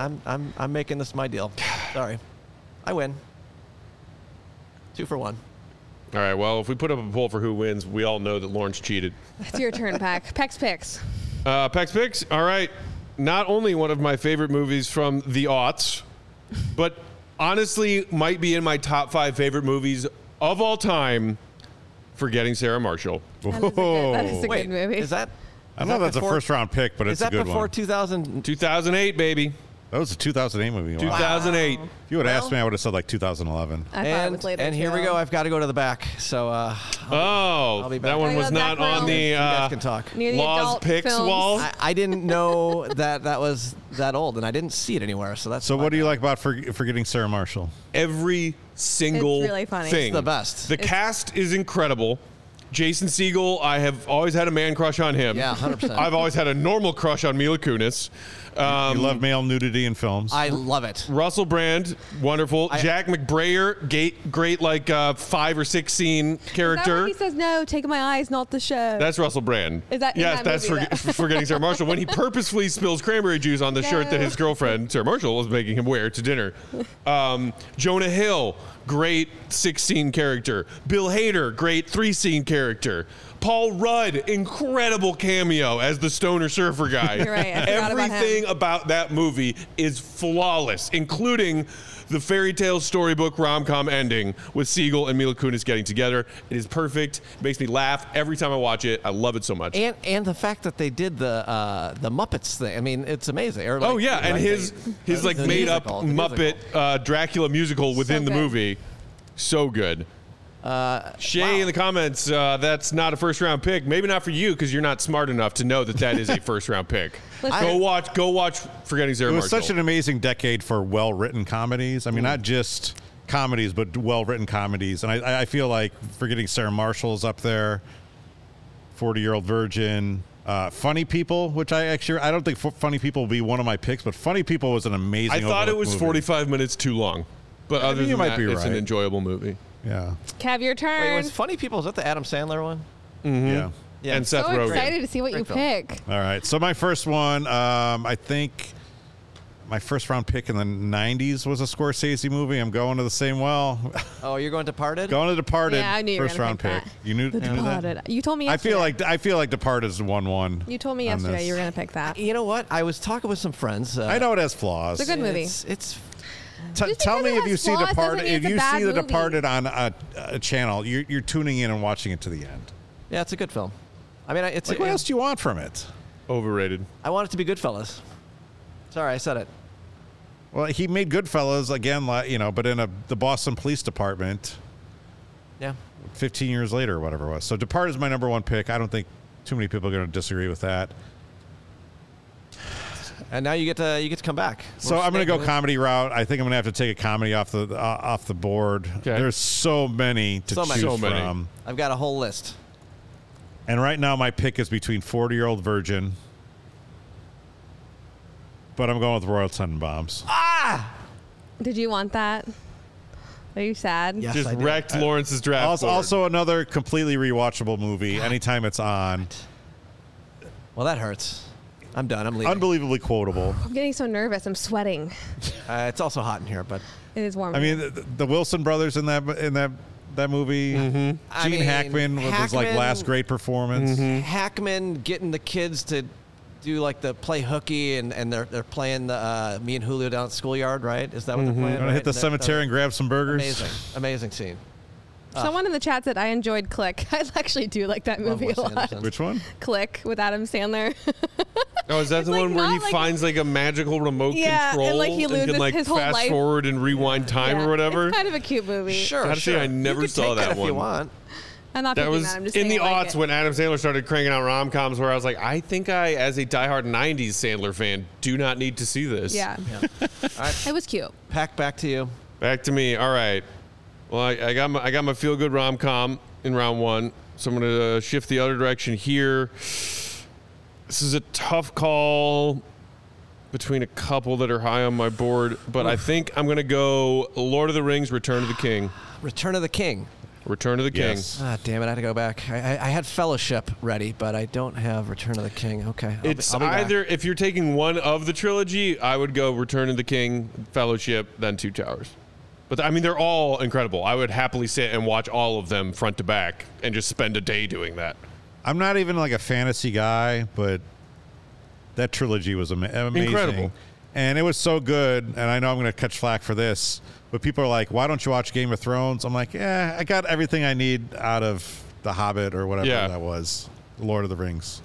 I'm I'm I'm making this my deal. Sorry, I win. Two for one.
All right, well, if we put up a poll for who wins, we all know that Lawrence cheated.
It's your turn, Peck. Peck's picks.
Uh, Pex Picks, all right. Not only one of my favorite movies from the aughts, but honestly might be in my top five favorite movies of all time, Forgetting Sarah Marshall.
That is a good, that is a
Wait,
good movie.
is that?
I don't know if that's a first round pick, but
Is
it's a
that
good
before
one.
2000?
2008, baby.
that was a 2008 movie. Wow.
2008.
If you would have asked
Well-
me, I would have said like 2011.
I thought it
And,
was later.
and here we
too.
go. I've got to go to the back. So
[laughs]
uh,
Oh,
be
that
back.
one
Gotta
was
go
not
back
on
round.
the
You
you
uh,
guys can talk.
Near the
Laws
adult
Picks
films.
wall.
I, I didn't know that that was that old, and I didn't see it anywhere. So that's
So,
my
what do
bad.
you like about for, Forgetting Sarah Marshall?
Every single
It's really funny.
thing.
It's the best.
The cast is incredible. Jason Siegel, I have always had a man crush on him.
Yeah, 100%.
I've always had a normal crush on Mila Kunis. Um,
You love male nudity in films.
I love it.
Russell Brand, wonderful. Jack McBrayer, great, great like uh, five or six scene
Is that when
character.
he says no, take my eyes, not the show.
That's Russell Brand.
Is that in
yes?
that
that's
movie,
forget-
though?
forgetting Sarah Marshall
[laughs]
when he purposefully spills cranberry juice on the shirt that
No.
his girlfriend Sarah Marshall was making him wear to dinner. Um, Jonah Hill, great six scene character. Bill Hader, great three scene character. Paul Rudd, incredible cameo as the stoner surfer guy.
You're [laughs] right, I forgot about him.
Everything about that movie is flawless, including the fairy tale storybook rom com ending with Siegel and Mila Kunis getting together. It is perfect. It makes me laugh every time I watch it. I love it so much.
And and the fact that they did the uh, the Muppets thing. I mean, it's amazing. Or, like,
oh yeah, and
like
his
they-
his like
the
made up
musical, the musical.
Muppet uh, Dracula musical within the
good.
movie, so good.
Uh,
Shay in the comments, uh, that's not a first round pick. Maybe not for you because you're not smart enough to know that that
[laughs]
is a first round pick.
Listen.
go watch, go watch. Forgetting Sarah
it was
Marshall.
such an amazing decade for well written comedies. I mean, not just comedies, but well written comedies. And I, I feel like Forgetting Sarah Marshall's up there, 40 Year Old Virgin, uh, Funny People, which I actually, I don't think Fu- Funny People will be one of my picks, but Funny People was an amazing
I thought it
overlooked
was
movie.
45 minutes too long, but other
you
than
might
that,
be
it's an
right.
enjoyable movie.
Yeah.
Cav, your
Wait,
turn.
was Funny People? Is that the Adam Sandler one?
Yeah.
Yeah.
And
so
Seth Rogen.
excited to see what you
Great film.
pick.
All right. So my first one, um, I think my first round pick in the 90s was a Scorsese movie. I'm going to the same well. [laughs]
Oh, you're going to Parted?
going to Departed.
Yeah, I knew you were
first
gonna
round
pick
pick.
that.
You knew, you knew that?
Departed. You told me.
I
Yesterday.
feel like I feel like Departed is one one.
you told me yesterday you were gonna pick that.
You know what? I was talking with some friends. Uh,
I know it has flaws.
It's a good movie.
It's, it's
T-
Just
tell
because
me
it
if
has
you see
flaws doesn't
Departed.
mean
If
it's a
you
bad
see the
movie.
Departed on a, a channel, you're, you're tuning in and watching it to the end.
yeah, it's a good film. I mean, I- it's
Like,
a,
what else do you want from it?
Overrated.
I want it to be Goodfellas. Sorry, I said it.
Well, he made Goodfellas again, like, you know, but in a the Boston Police Department,
Yeah.
15 years later or whatever it was. So Departed is my number one pick. I don't think too many people are going to disagree with that.
And now you get to you get to come back.
So
We're
I'm going to
staying
go
with-
comedy route. I think I'm going to have to take a comedy off the uh, off the board.
Okay.
There's so many to
So
choose
many.
So many.
from.
I've got a whole list.
And right now, my pick is between 40 year old virgin, but I'm going with Royal Tenenbaums.
Ah!
Did you want that? Are you sad?
Yes,
Just
I do.
wrecked Lawrence's draft.
also,
board.
also another completely rewatchable movie. Anytime it's on,
Well, that hurts. I'm done. I'm leaving.
unbelievably quotable.
I'm getting so nervous. I'm sweating.
uh, it's also hot in here, but
It is warm.
I mean, the, the Wilson brothers in that in that that movie. Gene
I mean,
Hackman with his like
Hackman- Mm-hmm.
last great performance.
Hackman getting the kids to do like the play hooky, and, and they're they're playing the uh, me and Julio down at schoolyard, right? Is that what they're playing?
Mm-hmm. Gonna
right?
hit the
And they're-
cemetery and grab some burgers.
Amazing, amazing scene.
Someone in the chat said I enjoyed Click. [laughs] I actually do like that
Love
movie
Wes
a lot.
Anderson.
Which one?
Click with Adam Sandler.
Oh, is that the
like
one where
not
he
like-
finds like a magical remote
Yeah, and,
control
like, he
and
loses
can like
his whole
fast
life?
forward and rewind time
Yeah,
or whatever?
It's kind of a cute movie.
Sure,
Gotta say,
sure.
I never
you could
saw
take
that
that if you
one.
want.
I'm not
That
picking
was
that. I'm just
in the
saying I like
aughts
it.
when Adam Sandler started cranking out rom coms, where I was like, I think I, as a diehard '90s Sandler fan, do not need to see this.
Yeah.
right.
It was cute.
Pack back to you.
Back to me. All right. Well, I, I got my I got my feel good rom com in round one, so I'm gonna uh, shift the other direction here. This is a tough call between a couple that are high on my board, but I think I'm gonna go Lord of the Rings: Return of the King.
Return of the King.
Return of the King.
Yes.
Ah, damn it! I had to go back. I, I, I had Fellowship ready, but I don't have Return of the King. Okay, I'll be-
It's
I'll be back.
either if you're taking one of the trilogy, I would go Return of the King, Fellowship, then Two Towers. But I mean, they're all incredible. I would happily sit and watch all of them front to back and just spend a day doing that.
I'm not even like a fantasy guy, but that trilogy was ama- amazing.
Incredible.
And it was so good. And I know I'm going to catch flack for this, but people are like, why don't you watch Game of Thrones? I'm like, yeah, I got everything I need out of The Hobbit or whatever
Yeah.
that was, Lord of the Rings.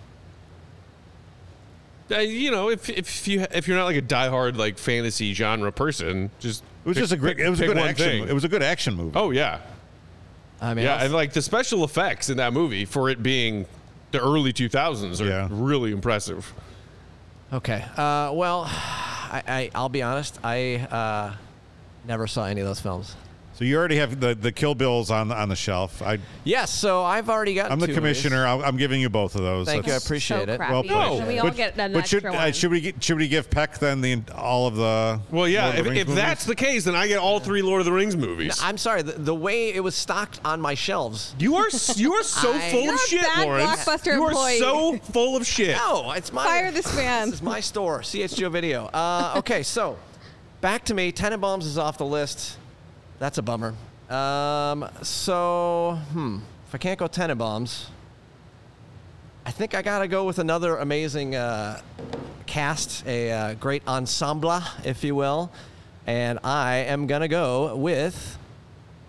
Uh, you know, if if you if you're not like a diehard like fantasy genre person, just
It was
pick-
just a great,
pick-
it was a
pick
good
one
action.
thing.
It was a good action movie.
oh yeah,
I mean,
yeah,
I'll-
and like the special effects in that movie for it being the early 2000s are
Yeah.
really impressive.
Okay. Uh, well, [sighs] I, I I'll be honest. I uh, never saw any of those films.
So you already have the, the Kill Bills on, on the shelf. I,
Yes. So I've already got.
I'm the
two
commissioner. I'm, I'm giving you both of those.
Thank you. I
That's-
appreciate
so
it.
Crappy.
Well played.
Can we
but,
all get an
but should,
extra
uh,
one?
should we get- should we give Peck then the all of the
Well, yeah,
Lord of
if,
the Rings
if
movies?
that's the case, then I get all three Lord of the Rings movies.
movies. I'm sorry. The, the way it was stocked on my shelves.
You are s- you are so
I-
full
You're
of
a
shit,
bad
Lawrence.
Blockbuster
you are
employee. Oh,
so full of shit.
No, it's my
Fire this man.
[laughs] This is my store, CH Joe Video. Uh, okay, so back to me. Tenenbaums is off the list. That's a bummer. Um, so, hmm, if I can't go Tenenbaums, I think I gotta go with another amazing uh, cast, a uh, great ensemble, if you will, and I am gonna go with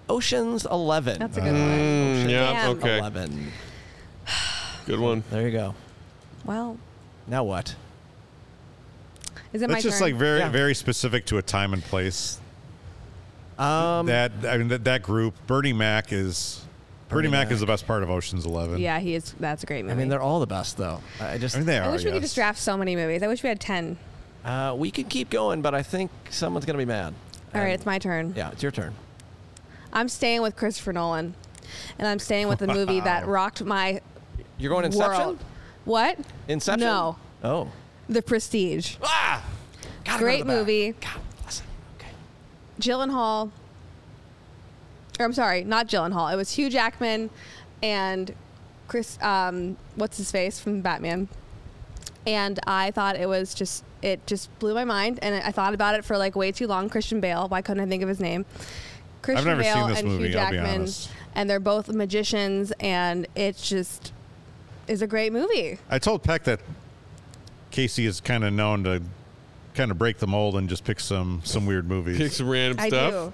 Ocean's Eleven.
That's a good one.
Mm, yeah.
Damn.
Okay.
Eleven.
Good one.
There you go.
Well,
Now what?
is it my
That's just
turn?
like very
Yeah.
very specific to a time and place. Um, that I mean that, that group Bernie Mac is Bernie, Mac, is the best part of Ocean's Eleven.
yeah, he is. That's a great movie.
I mean, they're all the best, though. I just
I mean they are.
I wish we could
yes.
just draft so many movies. I wish we had ten.
Uh, we could keep going, but I think someone's gonna be mad.
All right, it's my turn.
Yeah, it's your turn.
I'm staying with Christopher Nolan, and I'm staying with the movie that rocked my
You're going Inception.
world. What?
Inception.
No,
Oh.
The Prestige.
Ah. Gotta go to
Great
the back.
movie.
God bless it. Okay.
Gyllenhaal. Or I'm sorry, not Gyllenhaal. It was Hugh Jackman and Chris. Um, what's his face from Batman? And I thought it was just it just blew my mind, and I thought about it for like way too long. Christian Bale. Why couldn't I think of his name? Christian
never seen
Bale
this
and Hugh
movie, I'll be
Jackman,
honest.
and they're both magicians, and it just is a great movie.
I told Peck that Casey is kind of known to kind of break the mold and just pick some some weird movies.
Pick some random
I
stuff.
do,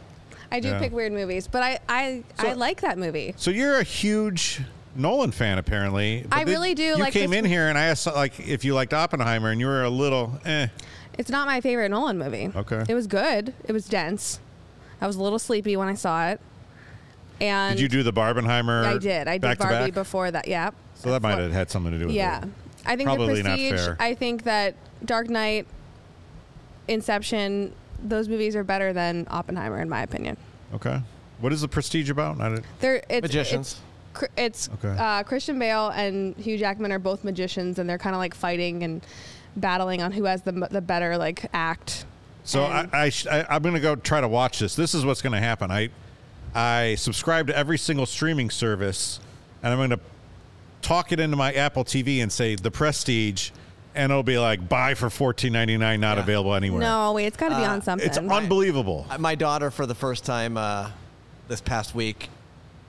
I do
Yeah.
pick weird movies, but I I, I like that movie.
So you're a huge Nolan fan, apparently. but
I
then
really do
You
like
came
this-
in here and I asked like if you liked Oppenheimer, and you were a little eh.
It's not my favorite Nolan movie.
Okay.
It was good. It was dense. I was a little sleepy when I saw it. And
Did you do the Barbenheimer?
I did. I did
back to
Barbie
back?
before that. Yeah.
So that might have had something to do with
Yeah.
it.
I think
Probably
the
not
Prestige.
fair.
I think that Dark Knight, Inception, those movies are better than Oppenheimer in my opinion.
Okay. What is the prestige about? I did
They're it's
Magicians.
It's, cr- it's
Okay.
uh, Christian Bale and Hugh Jackman are both magicians, and they're kind of like fighting and battling on who has the m- the better like act.
So I,
And-
I, sh- I I'm gonna go try to watch this. This is what's gonna happen. I I subscribe to every single streaming service, and I'm gonna talk it into my Apple TV and say the Prestige, and it'll be like buy for 14.99, not available anywhere.
No, wait, Uh, it's got to be on something.
It's unbelievable.
Uh, My daughter, for the first time uh, this past week,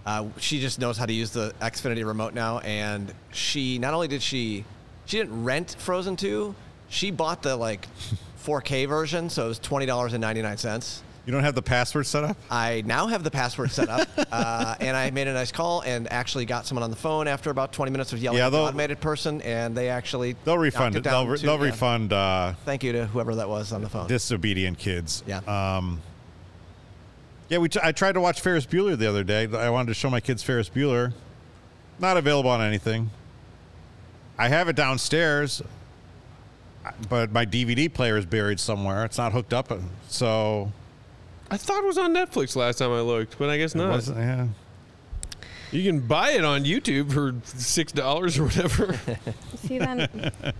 uh, she just knows how to use the Xfinity remote now, and she not only did she she didn't rent Frozen [laughs] two, she bought the like 4K version, so it was twenty dollars and ninety nine cents.
You don't have the password set up?
I now have the password set up, [laughs] uh, and I made a nice call and actually got someone on the phone after about 20 minutes of yelling
Yeah,
at the
they'll-
automated person, and they actually
They'll
knocked
refund it.
down
They'll, re-
to-
they'll
yeah.
refund uh,
Thank you to whoever that was on the phone.
disobedient kids.
Yeah.
Um, yeah, we t- I tried to watch Ferris Bueller the other day. I wanted to show my kids Ferris Bueller. Not available on anything. I have it downstairs, but my DVD player is buried somewhere. It's not hooked up, uh, so
I thought it was on Netflix last time I looked, but I guess
it
not.
wasn't- yeah.
You can buy it on YouTube for six dollars or
[laughs]
whatever.
See then.
[laughs]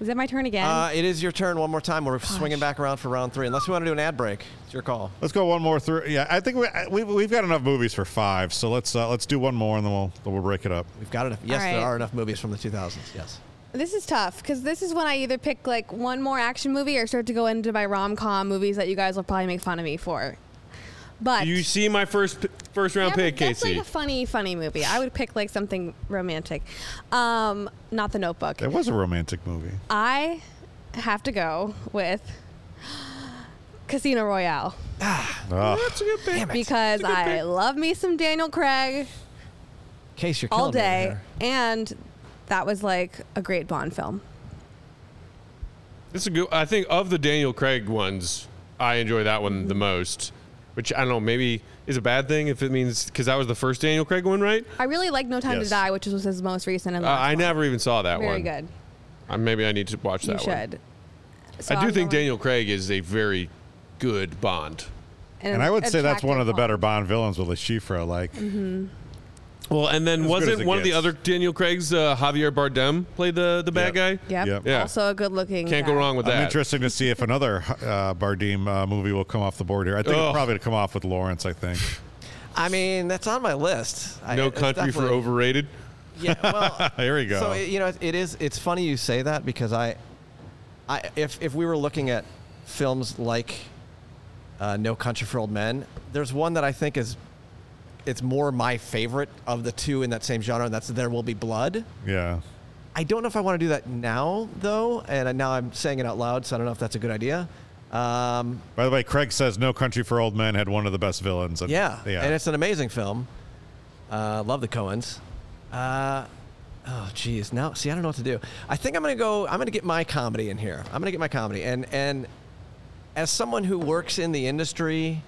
Is that my turn again?
uh, it is your turn one more time. We're swinging back around for round three, unless we want to do an ad break. It's your call.
Let's go one more through. Yeah, I think we, we we've got enough movies for five, so let's uh, let's do one more and then we'll then we'll break it up.
We've got enough. Yes,
right.
there are enough movies from the 2000s. Yes.
this is tough because this is when I either pick like one more action movie or start to go into my rom com movies that you guys will probably make fun of me for. But
you see my first p- first round
Yeah,
pick,
but that's
Casey.
like a funny, funny movie. I would pick like something romantic, um, not The Notebook.
It was a romantic movie.
I have to go with Casino Royale
Ugh.
That's a good pick.
Damn it.
because I love me some Daniel Craig
Case, you're killing
all
me right
day,
here.
and that was like a great Bond film.
This is a good. I think of the Daniel Craig ones, I enjoy that one the most. Which I don't know, maybe is a bad thing if it means because that was the first Daniel Craig one, right?
I really like No Time
Yes.
to Die, which was his most recent. And
Uh,
last
I
one.
never even saw that
Very
one.
good.
Uh, maybe I need to watch
You
that one.
should. So
I do
I'm
think
going-
Daniel Craig is a very good Bond.
And I would say that's one of the
attractive Mm-hmm.
better Bond villains with a Shifra. Like,
Well, and then
good as
wasn't
it
one of the
gets.
other Daniel Craig's uh, Javier Bardem played the the bad
Yeah.
guy?
Yep.
Yep.
Yeah.
Also a good looking.
Can't go wrong with
I'm
that.
interested to see if another uh, Bardem uh, movie will come off the board here. I think it's
Ugh.
probably to come off with Lawrence. I think.
I mean, that's on my list. I-
No
it's
country for
definitely-
overrated.
Yeah, well,
[sighs] Here we go.
So it- you know, it is. It's funny you say that because I, I if if we were looking at films like uh, No Country for Old Men, there's one that I think is, it's more my favorite of the two in that same genre, and that's There Will Be Blood.
yeah.
I don't know if I want to do that now though, and I- now I'm saying it out loud, so I don't know if that's a good idea. Um,
By the way, Craig says No Country for Old Men had one of the best villains. And,
yeah,
Yeah.
and it's an amazing film. Uh, love the Coens. Uh, oh, geez. Now, see, I don't know what to do. I think I'm gonna go. I'm gonna get my comedy in here. I'm gonna get my comedy. And and as someone who works in the industry,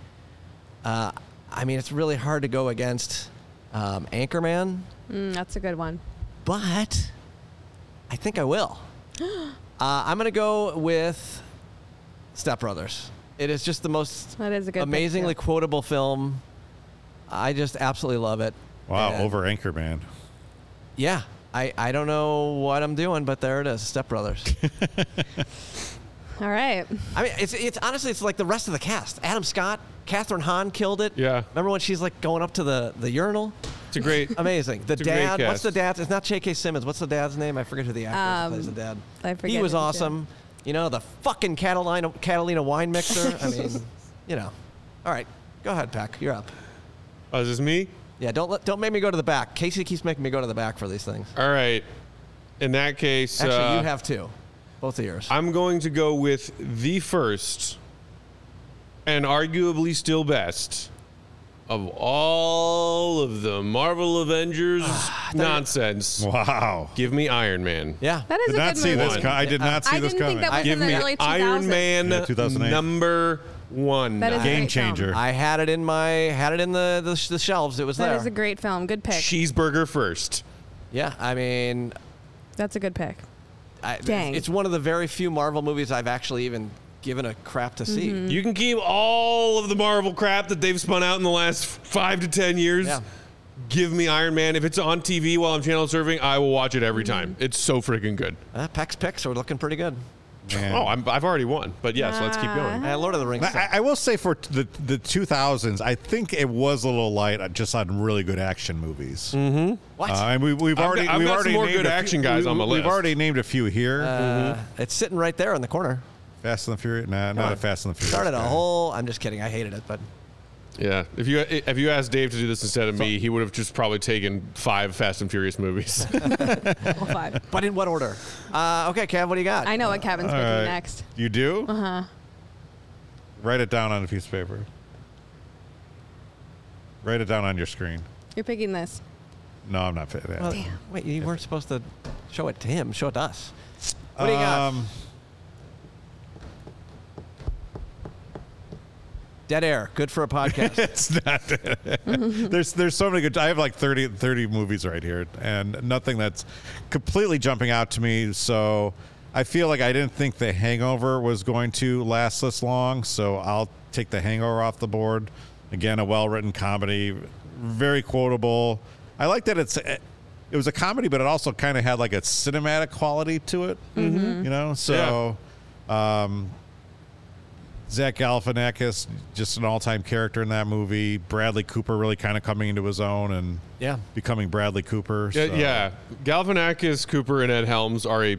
uh, I mean, it's really hard to go against um, Anchorman,
Mm, that's a good one.
but I think I
[gasps]
will. Uh, I'm gonna go with Step Brothers. It is just the most
That is a good pick,
amazingly
too.
quotable film. I just absolutely love it.
wow.
And-
Over Anchorman.
Yeah. I, I don't know what I'm doing, but there it is,
[laughs]
Step Brothers.
All right.
I mean, it's it's honestly it's like the rest of the cast. Adam Scott, Catherine Hahn killed it.
Yeah.
Remember when she's like going up to the, the urinal?
It's a
[laughs]
great.
Amazing. The
It's a great
dad. What's
cast.
the dad's? It's not J.K. Simmons. What's the dad's name? I forget who the actor is that plays
Um,
the dad.
I
He
forget
was
it, too.
awesome. You know the fucking Catalina Catalina wine mixer. I
[laughs]
mean, you know. All right, go ahead, Pack. You're up.
oh, is this me?
Yeah, don't let, don't make me go to the back. Casey keeps making me go to the back for these things.
All right. In that case,
Actually,
uh,
you have two, both of yours.
I'm going to go with the first and arguably still best of all of the Marvel Avengers
Ah,
nonsense.
Wow.
Give me Iron Man.
yeah.
That is
Did
a
not
good
see
movie.
this. co- I did not see
I
this
didn't
coming.
think that was
Give
in
me
the early 2000s.
Iron Man
Yeah, 2008.
number one.
That is a
Game
great film.
changer.
I had it in my had it in the the, sh- the shelves. It was
That
there.
is a great film. Good pick.
Cheeseburger first.
yeah, I mean,
That's a
[laughs]
good pick.
I,
Dang.
it's one of the very few Marvel movies I've actually even given a crap to see.
Mm-hmm. Mm.
You can keep all of the Marvel crap that they've spun out in the last five to ten years.
Yeah.
Give me Iron Man. If it's on TV while I'm channel surfing, I will watch it every time.
Mm.
It's so freaking good.
Uh, Peck's picks are looking pretty good.
Man.
Oh, I'm, I've already won. But yes, let's keep
Ah.
going.
Uh, Lord of the Rings.
I, I will say for the the 2000s, I think it was a little light uh, just on really good action
Mm.
movies. Mm-hmm.
what?
Uh, and we, we've
I've
already
got- I've
we've
got
already
some more
named
good
a few-
action guys
we-
on my
We've
list.
already named a few here. Mm-hmm.
Uh, It's sitting right there in the corner.
Fast and the Furious. Nah, not
on.
a Fast and the Furious. [laughs]
Started a
guy.
whole. I'm just kidding. I hated it, but
Yeah. If you if you asked Dave to do this instead of me, he would have just probably taken five Fast and Furious
[laughs]
movies.
All five.
but in what order? Uh, okay, Kev, what do you got?
I know what Kevin's
All
picking
Uh-huh.
right.
next.
You do? Uh huh. Write it down on a piece of paper. Write it down on your screen.
You're picking this.
No, I'm not fit.
Well,
Damn.
Wait, you weren't supposed to show it to him. Show it to us. What do you got?
Um,
Dead air. Good for a
[laughs]
podcast.
it's not. [laughs] there's there's so many good. I have like 30, 30 movies right here, and nothing that's completely jumping out to me. So I feel like I didn't think The Hangover was going to last this long. So I'll take The Hangover off the board. Again, a well written comedy, very quotable. I like that it's. eh, It was a comedy, but it also kind of had like a cinematic quality to it. You know, so. Um, Zach Galifianakis, just an all-time character in that movie. Bradley Cooper really kind of coming into his own and
Yeah.
becoming Bradley Cooper.
Yeah,
so.
yeah. Galvanakis, Cooper, and Ed Helms are a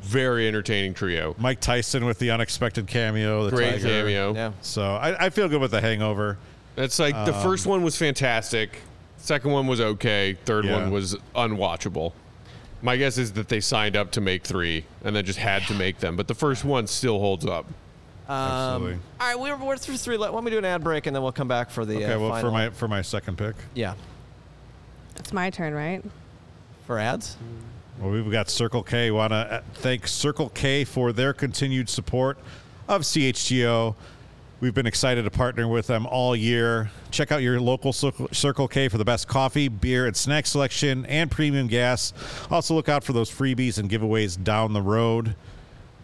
very entertaining trio.
Mike Tyson with the unexpected cameo. The
Great
tiger.
cameo.
yeah.
So I, I feel good with the Hangover.
That's like the first one was fantastic. Second one was okay. Third
Yeah.
one was unwatchable. My guess is that they signed up to make three and then just had to make them. But the first one still holds up.
Um,
Absolutely.
All right, we're, we're through three. Let let me do an ad break and then we'll come back for the.
okay,
uh,
well
final-
for my for my second pick,
Yeah.
It's my turn, right?
For ads?
well we've got Circle K. Want to thank Circle K for their continued support of CHGO. We've been excited to partner with them all year. Check out your local Circle Circle K for the best coffee, beer, and snack selection and premium gas. Also, look out for those freebies and giveaways down the road.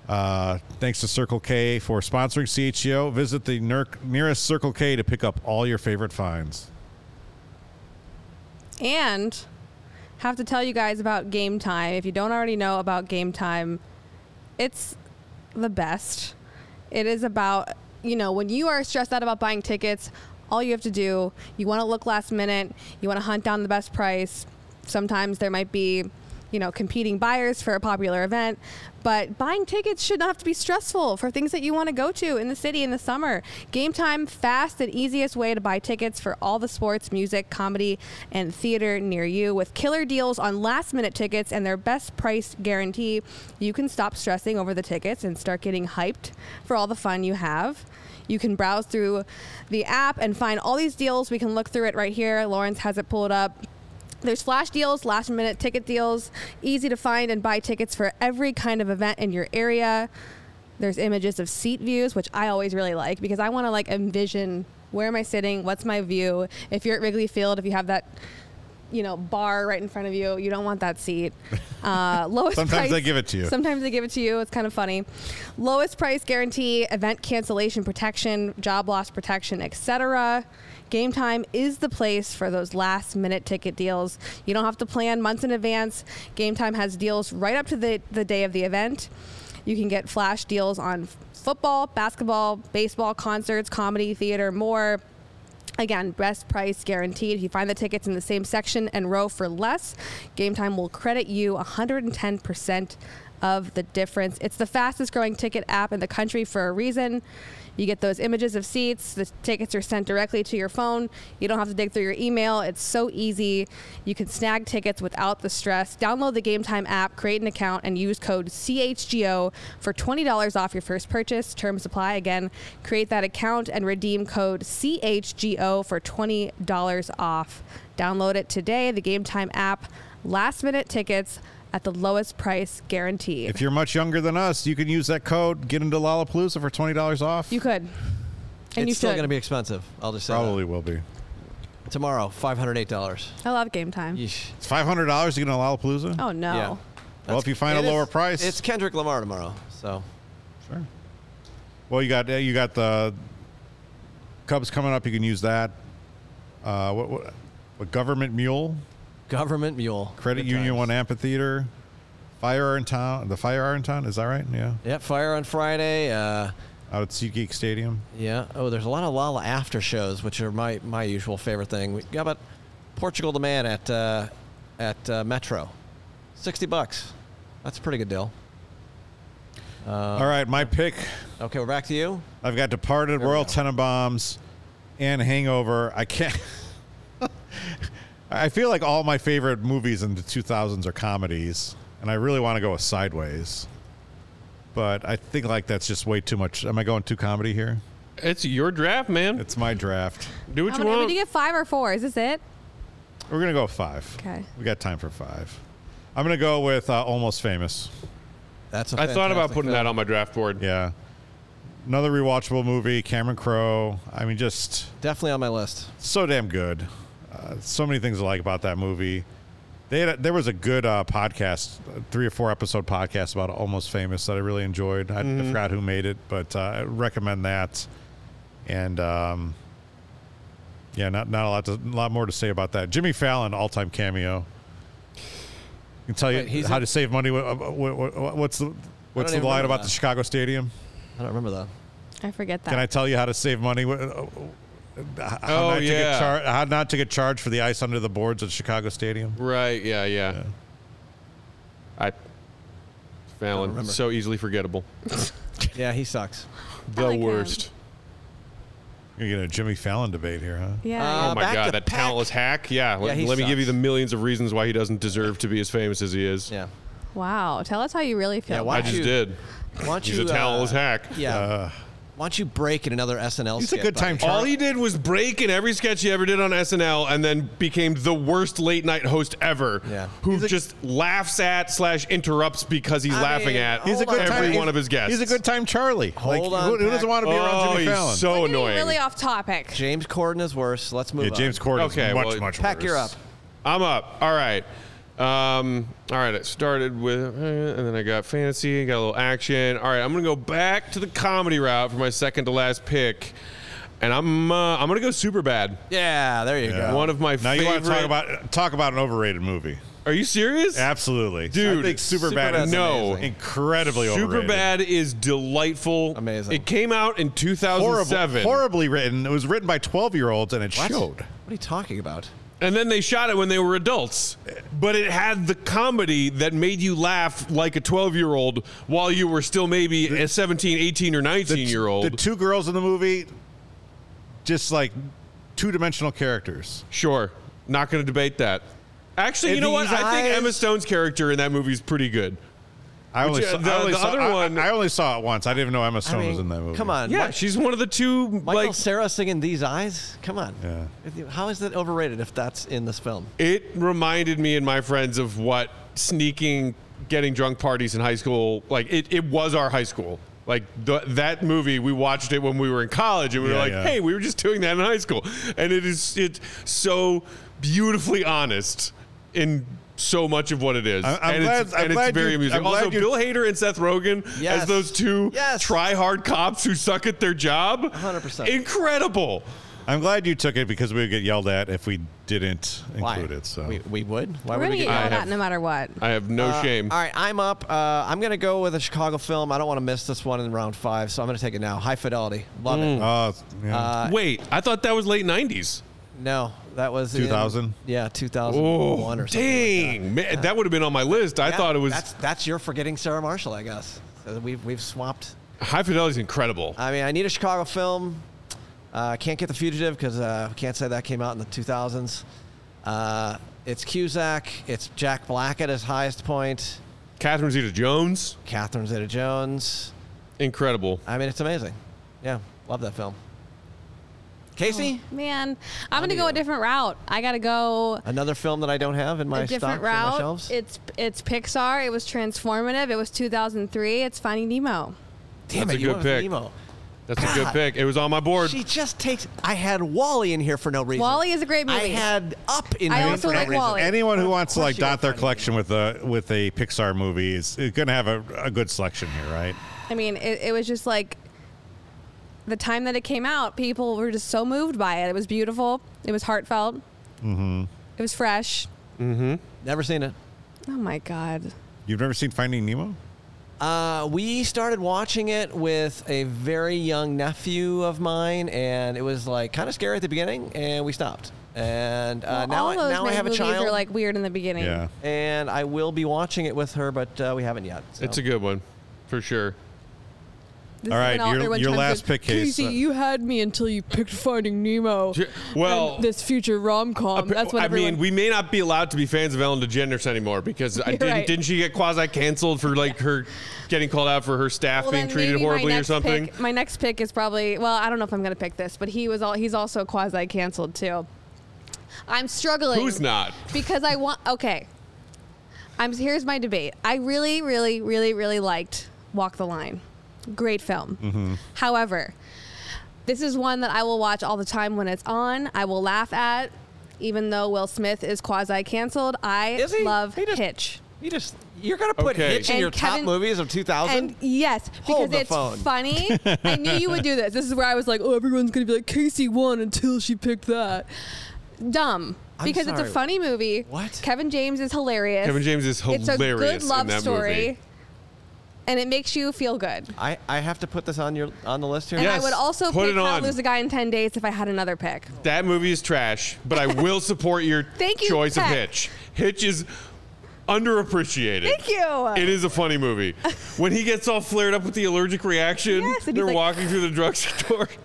Uh, thanks to Circle K for sponsoring CHGO. Visit the ner- nearest Circle K to pick up all your favorite finds.
And have to tell you guys about Game Time. If you don't already know about Game Time, it's the best. It is about, you know, when you are stressed out about buying tickets, all you have to do, you want to look last minute, you want to hunt down the best price. Sometimes there might be, you know, competing buyers for a popular event, but buying tickets should not have to be stressful for things that you want to go to in the city in the summer. Game time, fast and easiest way to buy tickets for all the sports, music, comedy, and theater near you with killer deals on last minute tickets and their best price guarantee. You can stop stressing over the tickets and start getting hyped for all the fun you have. You can browse through the app and find all these deals. We can look through it right here. Lawrence has it pulled up. There's flash deals, last minute ticket deals, easy to find and buy tickets for every kind of event in your area. There's images of seat views, which I always really like because I want to like envision where am I sitting, what's my view. If you're at Wrigley Field, if you have that, you know, bar right in front of you, you don't want that
[laughs]
seat. Uh, lowest
Sometimes
price-
they give it to you.
Sometimes they give it to you. It's kind of funny. Lowest price guarantee, event cancellation protection, job loss protection, etc. Game time is the place for those last minute ticket deals. You don't have to plan months in advance. Game time has deals right up to the, the day of the event. You can get flash deals on football, basketball, baseball, concerts, comedy, theater, more. Again, best price guaranteed. If you find the tickets in the same section and row for less, Game Time will credit you 110% of the difference. It's the fastest growing ticket app in the country for a reason. You get those images of seats, the tickets are sent directly to your phone. You don't have to dig through your email. It's so easy. You can snag tickets without the stress. Download the Game Time app, create an account, and use code CHGO for $20 off your first purchase. Term supply again. Create that account and redeem code CHGO for $20 off. Download it today, the Game Time app. Last minute tickets at the lowest price guaranteed.
If you're much younger than us, you can use that code. Get into Lollapalooza for twenty dollars off.
You could. And
it's
you
still
should.
going to be expensive. I'll just say that.
Probably will be.
Tomorrow, $508.
I love Game Time.
Yeesh.
It's five hundred dollars to get a Lollapalooza.
Oh, no.
Yeah.
well, if you find a
It is-
lower price,
It's Kendrick Lamar tomorrow. So,
Sure. Well, you got uh, you got the Cubs coming up. You can use that. Uh, what, what, what government mule
government mule.
credit
Good
union
times.
one amphitheater, fire in town. The fire in town is that right? Yeah,
Yeah, fire on Friday. Uh,
out at SeatGeek Stadium.
yeah. Oh, there's a lot of Lala after shows, which are my, my usual favorite thing. We got about Portugal Demand at uh, at uh, Metro, sixty bucks. That's a pretty good deal. Uh,
All right, my pick.
Okay, we're back to you.
I've got Departed, Royal Tenenbaums, and Hangover. I can't. [laughs] I feel like all my favorite movies in the 2000s are comedies, and I really want to go with Sideways. But I think like that's just way too much. Am I going too comedy here?
It's your draft, man.
It's my draft.
Do what
How
you
many-
want.
Did you get five or four? Is this it?
We're gonna go five.
Okay.
We got time for five. I'm gonna go with uh, almost famous.
That's. I
I thought about putting that on my draft board.
Yeah. Another rewatchable movie. Cameron Crowe. I mean, just
Definitely on my list.
so damn good. Uh, so many things I like about that movie. They had a, there was a good uh, podcast, a three or four episode podcast about Almost Famous that I really enjoyed. I,
Mm-hmm.
I forgot who made it, but uh, I recommend that. And um, yeah, not not a lot to, a lot more to say about that. Jimmy Fallon, all time cameo. Can tell you
Wait, he's
how
in-
to save money. What, what, what, what's the what's the
even
line
remember
about
that.
the Chicago Stadium?
I don't remember that.
I forget that.
Can I tell you how to save money? Wh- uh, How
Oh,
not to
yeah.
get char- how not to get charged for the ice under the boards at Chicago Stadium?
Right? Yeah, yeah. I Fallon
remember.
so easily forgettable.
Yeah, he sucks.
The
like him.
worst.
You're gonna get a Jimmy Fallon debate here, huh?
yeah.
Uh,
Oh
yeah.
my
back to
god, that
Pack.
talentless hack. Yeah, let,
he
let me give you
sucks.
the millions of reasons why he doesn't deserve to be as famous as he is.
Yeah.
Wow. Tell us how you really feel.
Yeah, why
I
about
just
it.
you-
did.
Why don't
He's
you?
a talentless
uh,
hack.
Yeah.
Uh,
Why don't you break in another SNL?
He's a
skit,
good time
buddy?
tra-
All he did was break in every sketch he ever did on SNL, and then became the worst late night host ever.
Yeah.
who just laughs at slash interrupts because he's
I
laughing
mean,
at
he's a good
every
time-
one of his guests.
He's a good time Charlie. Like,
Hold on,
who, who
Pack.
doesn't want to be
Oh,
around Jimmy
he's
Fallon?
so
We're getting
annoying.
really off topic.
James Corden is worse. Let's move
yeah,
on.
James Corden
Okay,
is much
well,
much worse.
Pack, you're up.
I'm up. All right. Um, all right. It started with, uh, and then I got fantasy, got a little action. All right. I'm gonna go back to the comedy route for my second to last pick, and I'm uh, I'm gonna go super bad.
Yeah, there you
Yeah.
go.
One of my
Now you want to talk
favorite-
about talk about an overrated movie?
Are you serious?
Absolutely, I
Dude,
think Superbad
Superbad's
is
no.
amazing.
incredibly overrated.
Superbad is delightful.
Amazing.
It came out in
horrible,
2007.
horribly written. It was written by twelve year olds, and it
What?
showed.
What are you talking about?
And then they shot it when they were adults. But it had the comedy that made you laugh like a 12-year-old while you were still maybe a 17, 18 or 19-year-old.
The two girls in the movie, just like two dimensional characters.
Sure. Not going to debate that. Actually,
And
you know what?
these
I think
eyes-
Emma Stone's character in that movie is pretty good.
I only,
Which, uh,
saw,
the-
I only
the
saw-
other
I-
one-
I, only saw it once. I didn't even know Emma Stone
I mean,
was in that movie.
come on.
Yeah,
Mi-
she's one of the two
Michael
like
Sarah singing "These Eyes." Come on.
Yeah.
If you- How is that overrated if that's in this film?
it reminded me and my friends of what sneaking getting drunk parties in high school like it, it was our high school like the, that movie we watched it when we were in college and we were
Yeah,
like
yeah.
hey we were just doing that in high school and it is it's so beautifully honest in so much of what it is
I'm- I'm
and it's,
glad- I'm
and it's
glad
very
you-
amusing
I'm
also
glad you-
bill hader and seth rogen
Yes.
as those two
Yes.
try hard cops who suck at their job
100%.
incredible
I'm glad you took it because we would get yelled at if we didn't
Why?
include it. So
we, we would. Why
We're
would
gonna
we
get
get?
I
yelled
have-
at no matter what.
i have no
Uh,
shame
All right, I'm up. Uh, I'm gonna go with a Chicago film. I don't want to miss this one in round five, so I'm gonna take it now. High Fidelity. Love
Mm.
it.
Uh, yeah.
wait i thought that was late 90s
No, that was in-
2000?
Yeah, 2001
Oh,
or something. like
dang. Man, that would have been on my list. I
that.
thought it was.
That's that's your forgetting Sarah Marshall, I guess. So we've we've swapped.
High Fidelity's incredible.
I mean, I need a Chicago film. Uh, can't get The Fugitive because uh, can't say that came out in the 2000s. Uh, it's Cusack. It's Jack Black at his highest point.
Catherine Zeta Jones,
Catherine Zeta-Jones.
incredible.
I mean, it's amazing. Yeah, love that film. Casey,
Man, I'm gonna
do
go a
you?
different route. I gotta go
another film that I don't have in my
a different
stock for my
route.
shelves.
It's it's Pixar. It was transformative. It was 2003. It's Finding Nemo.
Damn
That's
it,
a
you
good
went with
pick.
Nemo.
That's a good
God.
pick. It was on my board.
She just takes. I had Wally in here for no reason.
Wally is a great
I
movie.
had Up in
I
here
also
for
like
no reason.
Wally.
Anyone who wants to
course
like
you
dot
got
their
funny.
collection with a with a Pixar movie is going to have a, a good selection here, right?
I mean, it, it was just like the time that it came out, people were just so moved by it. It was beautiful. It was heartfelt. Mm-hmm. It was fresh.
Never seen it.
Oh my god.
You've never seen Finding Nemo?
Uh, we started watching it with a very young nephew of mine, and it was like kind of scary at the beginning, and we stopped. And uh,
Well,
now,
all
I,
those
now I
made
have a
movies
child,
are like weird in the beginning.
Yeah.
and I will be watching it with her, but uh, we haven't yet. so.
It's a good one, for sure.
This
All
is
right,
an all-
your-
everyone
your
chimes
last
in.
pick, Case.
Casey, you had me until you picked Finding Nemo.
Ju- well-
and this future rom com.
Appa-
That's what
I
everyone-
mean, we may not be allowed to be fans of Ellen DeGeneres anymore
[laughs]
because I
You're
didn't,
right.
didn't she get quasi canceled for like her getting called out for her staff
Well,
being
then
treated
maybe my
horribly or
next
something?
pick- my next pick is probably well, I don't know if I'm gonna pick this, but he was all he's also quasi canceled too. I'm struggling.
Who's not?
Because I want okay. I'm here's my debate. I really, really, really, really liked Walk the Line. Great film.
Mm-hmm.
However, this is one that I will watch all the time when it's on. I will laugh at, even though Will Smith is quasi canceled. I
Is he?
love
He just-
Hitch.
You just you're gonna put
Okay.
Hitch in
And
your
Kevin-
top movies of 2000.
And yes,
Hold
because
the
it's
phone.
funny. I knew you would do this. This is where I was like,
oh, everyone's gonna be like Casey won until she picked that.
dumb.
I'm
because
sorry.
it's a funny movie.
What?
Kevin James is hilarious.
Kevin James is hilarious.
It's a good
in
love
that
story.
Movie.
And it makes you feel good.
I, I have to put this on your on the list here.
And
Yes,
I would also
put
pick
it
How
on.
to Lose a Guy in 10 Days if I had another pick.
That movie is trash, but I
[laughs]
will support your
Thank you,
choice of
Peck.
Hitch. Hitch is underappreciated.
Thank you.
It is a funny
[laughs]
movie. When he gets all flared up with the allergic reaction,
Yes, and he's
they're
like-
walking through the drugstore. [laughs]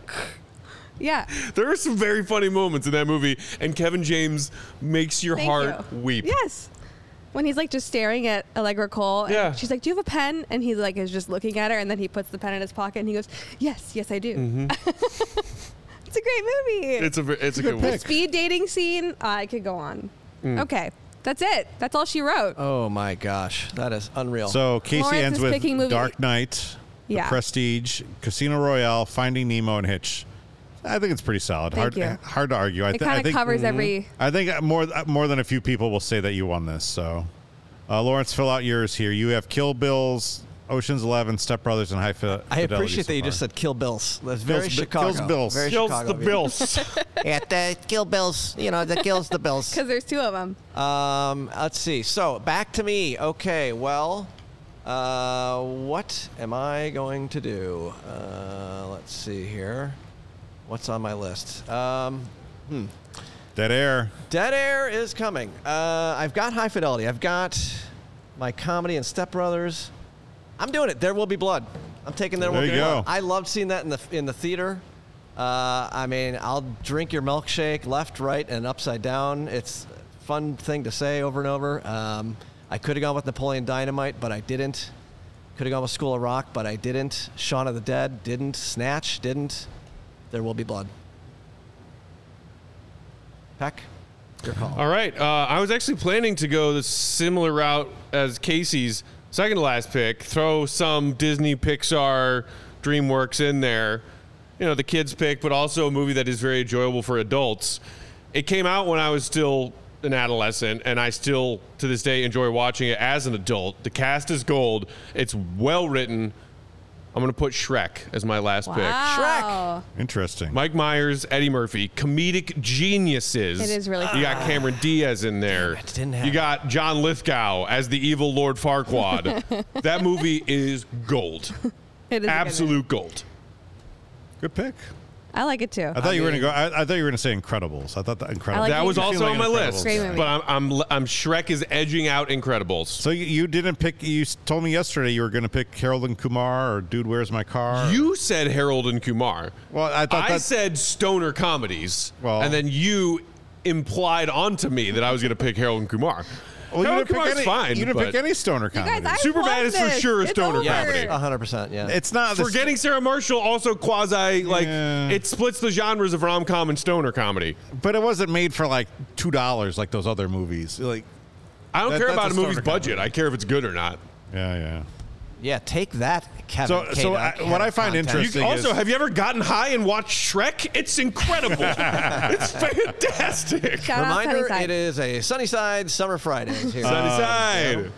Yeah.
There are some very funny moments in that movie, and Kevin James makes your
Thank
heart
you.
weep.
Yes. When he's like just staring at Allegra Cole, and
Yeah.
she's like, "Do you have a pen?" And he like is just looking at her, and then he puts the pen in his pocket, and he goes, "Yes, yes, I do." [laughs] it's a great movie.
Mm-hmm. It's a ve- it's a
Good
good one.
pick.
speed dating scene. I could go on.
Mm.
Okay, that's it. That's all she wrote.
Oh my gosh, that is unreal.
So Casey
Lawrence
ends
is
with
picking movie-
Dark Knight,
Yeah.
The Prestige, Casino Royale, Finding Nemo, and Hitch. I think it's pretty solid. hard, eh,
Thank you.
hard to argue. I,
it
thi- I
kind of
think
covers
mm-hmm.
every.
I think more uh, more than a few people will say that you won this. So, uh, Lawrence, fill out yours here. You have Kill Bills, Ocean's Eleven, Step Brothers, and High Fi-
I
Fidelity
appreciate
so
that you
far.
just said Kill Bills. That's very
Bills-
Chicago.
Kills Bills.
Very
Kills
Chicago
the
of you.
Bills.
Yeah, the Kill Bills. You know, the kills the [laughs] Bills.
Because there's two of them.
Um, let's see. So back to me. Okay. Well, uh, what am I going to do? Uh, let's see here. What's on my list? Um,
Dead Air.
Dead Air is coming. Uh, I've got High Fidelity. I've got my comedy and Step Brothers. I'm doing it. There will be blood. I'm taking there,
There
will
you
be blood.
go.
I loved seeing that in the in the theater. Uh, I mean, I'll drink your milkshake left, right, and upside down. It's a fun thing to say over and over. Um, I could have gone with Napoleon Dynamite, but I didn't. Could have gone with School of Rock, but I didn't. Shaun of the Dead didn't. Snatch didn't. There will be blood. Peck, your call.
All right. Uh, I was actually planning to go the similar route as Casey's second to last pick, throw some Disney, Pixar, DreamWorks in there. You know, the kids' pick, but also a movie that is very enjoyable for adults. It came out when I was still an adolescent, and I still, to this day, enjoy watching it as an adult. The cast is gold, it's well written. I'm going to put Shrek as my last pick.
Wow.
Interesting.
Mike Myers, Eddie Murphy, comedic geniuses.
It is really
You got Cameron Diaz in there.
it, didn't have
you
it.
got John Lithgow as the evil Lord
[laughs]
Farquaad. that movie is gold.
It is a good one.
Absolute gold.
Good pick.
I like it too.
I thought you were gonna go. I, I thought you were gonna say Incredibles. I thought that Incredibles.
like
That was
Incredibles.
also
Feeling
on my
Incredibles.
list.
Great movie.
But I'm, I'm I'm Shrek is edging out Incredibles.
So you, you didn't pick. You s- told me yesterday you were going to pick Harold and Kumar or Dude, Where's My Car?
You said Harold and Kumar.
Well, I thought
I
that-
said stoner comedies.
Well-
and then you implied onto me that I was going to pick Harold and Kumar.
Well, you
Harold and
didn't pick
Kumar's
any.
fine.
you didn't
but-
pick any stoner
You guys,
comedies.
I
Superbad
love
is for
this.
sure a
It's
stoner
over.
comedy.
A hundred percent. Yeah.
it's not. this-
Forgetting Sarah Marshall also quasi like
Yeah.
it splits the genres of rom com and stoner comedy.
but it wasn't made for like two dollars like those other movies. Like,
I don't
That-
care
that's
about
a
a movie's
stoner
budget.
comedy.
I care if it's good or not.
yeah, yeah.
Yeah, take that, Kevin.
So- so
K-Dog,
I-
Kevin
what I find
Content.
interesting-
You,
Thing
also,
is-
have you ever gotten high and watched Shrek? It's
[laughs]
incredible. it's fantastic.
Shout out
Reminder:
Sunnyside.
It is a Sunnyside summer Fridays here.
Sunnyside.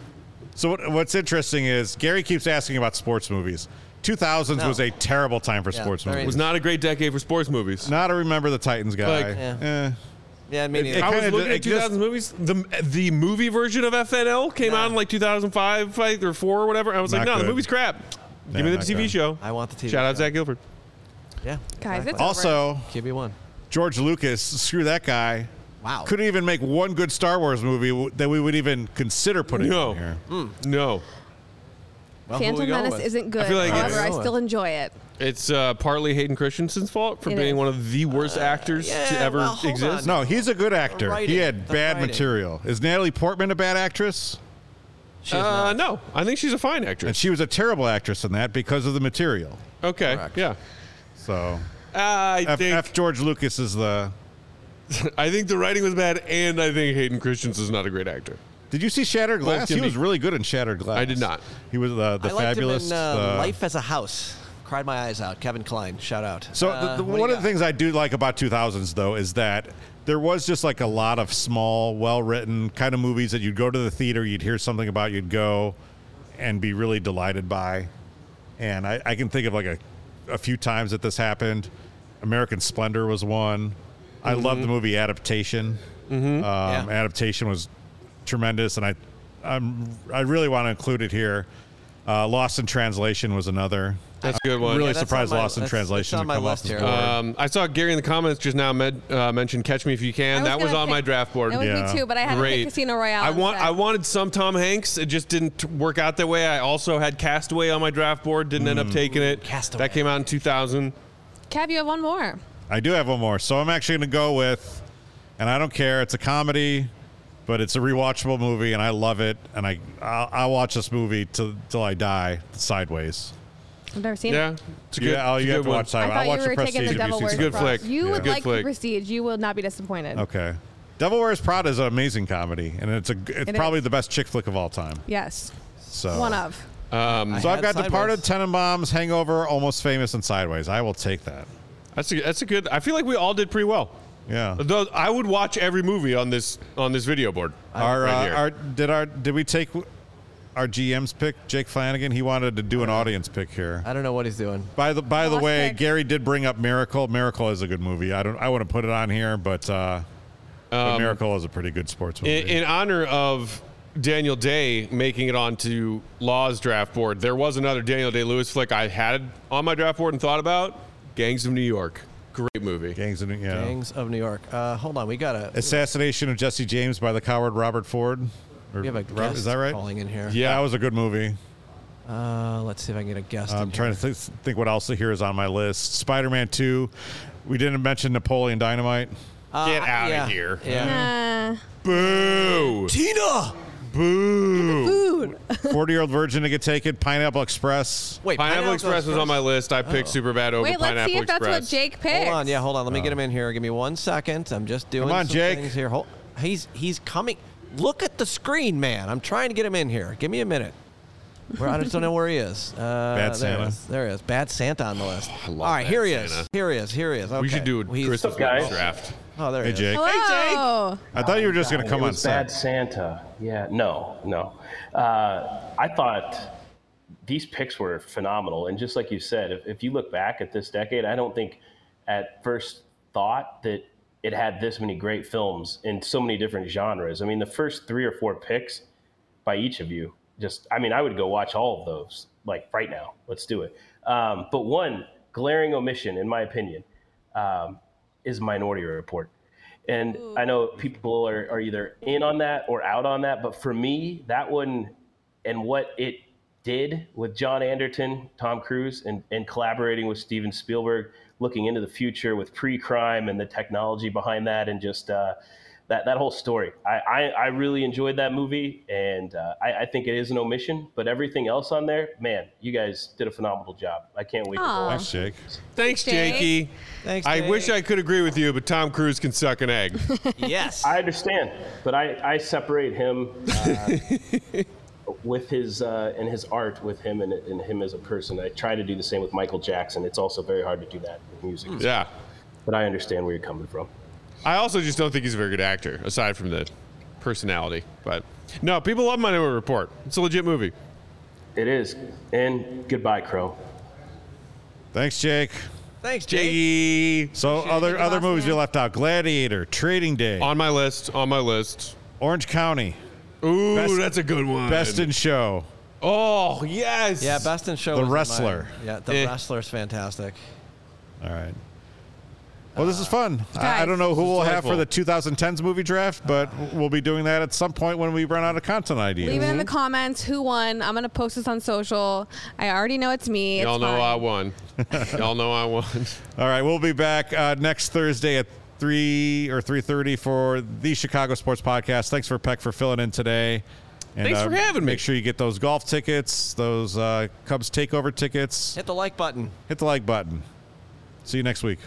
So what, what's interesting is Gary keeps asking about sports movies. Two thousands
No.
was a terrible time for
Yeah,
sports
very-
movies.
was not a great decade for sports movies.
Not a remember the Titans guy.
Like-
Eh.
yeah, maybe.
it-
I was
kinda
looking
did-
at
it just-
2000s movies. The the movie version of FNL came out in like 2005 like, or four or whatever. I was
Not
like, no,
good.
the movie's crap.
Yeah,
Give me the
not
TV
good.
show.
I want the TV
Shout out
show.
Zach Gilford.
yeah.
Guys, it's over.
Also,
QB one.
George Lucas, screw that guy.
Wow.
Couldn't even make one good Star Wars movie w- that we would even consider putting
No.
in here.
No.
Well, who we
Phantom
going
Menace
with?
isn't good.
feel like it's-
However, I still enjoy it.
It's uh, partly Hayden Christensen's fault for
It
being
is. Uh,
one of the worst actors to
yeah,
ever
well, hold
exist.
No, he's a good actor.
writing,
He had
the
bad
writing.
material. Is Natalie Portman a bad actress?
She's
Uh,
not.
no, I think she's a fine actress.
And she was a terrible actress in that because of the material.
okay,
Correct.
yeah.
So
I
F,
think
F. George Lucas is the.
I think the writing was bad, and I think Hayden Christensen's not a great actor.
Did you see Shattered Glass?
can
He was
be.
really good in Shattered Glass.
I did not.
He was uh, the
I liked
fabulous.
him in uh,
the-
Life as a House. Cried my eyes out. Kevin Klein. Shout out.
So
Uh,
the, the,
what do you
one of the
got?
things I do like about 2000s though is that there was just like a lot of small, well-written kind of movies that you'd go to the theater, you'd hear something about, you'd go and be really delighted by. And I, I can think of like a, a few times that this happened. American Splendor was one. I
Mm-hmm.
love the movie Adaptation. Um, Adaptation was tremendous, and I, I'm, I really want to include it here. Uh, Lost in Translation was another.
That's a good one.
really
that's on
surprised
my-
Lost in
that's-
Translation to
that's on my
come off
list
this
here.
board.
Um, I saw Gary in the comments just now med, uh, mentioned "Catch Me If You Can." that was
gonna
on
pick-
my draft board.
That was
Yeah.
me too, but I had to
Great.
pick Casino Royale.
I want.
instead.
I wanted some Tom Hanks. It just didn't work out that way. I also had Castaway on my draft board. Didn't
Mm.
end up taking it.
Castaway.
That came out in 2000.
Kev, you have one more.
I do have one more. So I'm actually going to go with, and I don't care. It's a comedy, but it's a rewatchable movie, and I love it. And I I'll, I'll watch this movie till till I die. Sideways.
I've never seen it.
Yeah, it's a good.
yeah, oh,
it's
you
a good
have to
one.
watch
I
Sideways.
thought
I'll watch
you were
the Prestige.
taking the
if you
Devil
see
Wears
it.
Good
Prada.
flick.
You
Yeah.
would
Good
like
flick.
the Prestige. You will not be disappointed.
Okay. Devil Wears Prada is an amazing comedy, and it's a it's
It
probably
is.
the best chick flick of all time.
Yes,
Oh.
So
one of.
Um,
So
I
I've got
had
Departed,
Sideways.
Tenenbaums, Hangover, Almost Famous, and Sideways. I will take that.
that's a, that's a good. I feel like we all did pretty well.
Yeah.
Though I would watch every movie on this on this video board.
our,
right
uh,
here.
our did our did we take our GM's pick, Jake Flanagan? He wanted to do an audience pick here.
Uh, I don't know what he's doing.
By the by the
Lost
way,
pick.
Gary did bring up Miracle. Miracle is a good movie. I don't I wouldn't put it on here, but, uh, but
Um,
Miracle is a pretty good sports movie.
In, in honor of Daniel Day making it onto Law's draft board, there was another Daniel Day Lewis flick I had on my draft board and thought about Gangs of New York. Great movie.
Gangs in yeah.
Gangs of New York. Uh, hold on, we got a.
Assassination of Jesse James by the coward Robert Ford. Or
We have a
Rob-
guest
is that right?
calling in here.
Yeah, that was a good movie.
Uh, let's see if I can get a guest.
I'm
in
trying to th- think what else here is on my list. Spider-Man 2. We didn't mention Napoleon Dynamite.
here. Uh,
Get outta
yeah,
here.
Yeah.
Uh,
Boo!
Tina.
Boo!
food.
40-Year-Old Virgin to get taken. Pineapple Express.
Wait,
Pineapple, Express was on my list. I picked Superbad over
Wait,
Pineapple
let's see if that's
Express.
what Jake picked.
Hold on, yeah, hold on.
Uh.
Let me get him in here. Give me one second. I'm just doing
on,
some
Jake.
things here. Hold, he's he's coming. Look at the screen, man. I'm trying to get him in here. Give me a minute. Where, I just don't know where he is. Uh,
Bad
there
Santa.
He is. There he is. Bad Santa on the list.
love
All right,
Bad
here he
Santa.
is. Here he is. Here he is. Okay.
we should do a
He's-
Christmas
guys?
draft.
Oh, there
Hey,
he is.
Jake. [laughs]
Hello.
I thought you were just going to
It
come on
was Bad
set.
Santa. Yeah. No. No. Uh, I thought these picks were phenomenal, and just like you said, if, if you look back at this decade, I don't think at first thought that it had this many great films in so many different genres. I mean, the first three or four picks by each of you. Just, I mean, I would go watch all of those like right now. Let's do it. Um, but one glaring omission, in my opinion, um, is Minority Report. And I know people are, are either in on that or out on that, but for me, that one and what it did with John Anderton, Tom Cruise, and, and collaborating with Steven Spielberg, looking into the future with pre crime and the technology behind that, and just uh, that, that whole story. I, I, I really enjoyed that movie, and uh, I, I think it is an omission, but everything else on there, man, you guys did a phenomenal job. I can't wait to
Aw.
watch.
Thanks, Jake.
Thanks,
Jake.
Jakey.
Thanks,
I
Jake.
wish I could agree with you, but Tom Cruise can suck an egg.
Yes.
I understand, but I, I separate him uh, [laughs] with his uh, and his art with him and, and him as a person. I try to do the same with Michael Jackson. It's also very hard to do that with music,
yeah.
but I understand where you're coming from.
I also just don't think he's a very good actor, aside from the personality. But no, people love Minority Report. It's a legit movie.
It is, and goodbye, Crow.
Thanks, Jake.
Thanks, Jake.
Jiggy.
So
Should've
other
taken
other
Lost
movies
Man.
you left out: Gladiator, Trading Day,
On my list. On my list.
Orange County,
Ooh,
Best-
that's a good one.
Best in Show.
Oh yes.
Yeah, Best in Show.
The
was in mine.
Wrestler.
Yeah, the
Eh.
wrestler's fantastic.
All right. Well, this is fun. I, I
Guys.
don't know who we'll have
delightful.
for the 2010s movie draft, but we'll be doing that at some point when we run out of content ideas.
Leave it
Mm-hmm.
in the comments who won. I'm gonna post this on social. I already know uh, it's me.
Y'all
It's
know
fine.
I won. Y'all know I won.
All right, we'll be back uh, next Thursday at three or three thirty for the Chicago Sports Podcast. Thanks for Peck for filling in today. And, um,
Thanks for having me.
Make sure you get those golf tickets, those uh, Cubs takeover tickets.
Hit the like button.
Hit the like button. See you next week.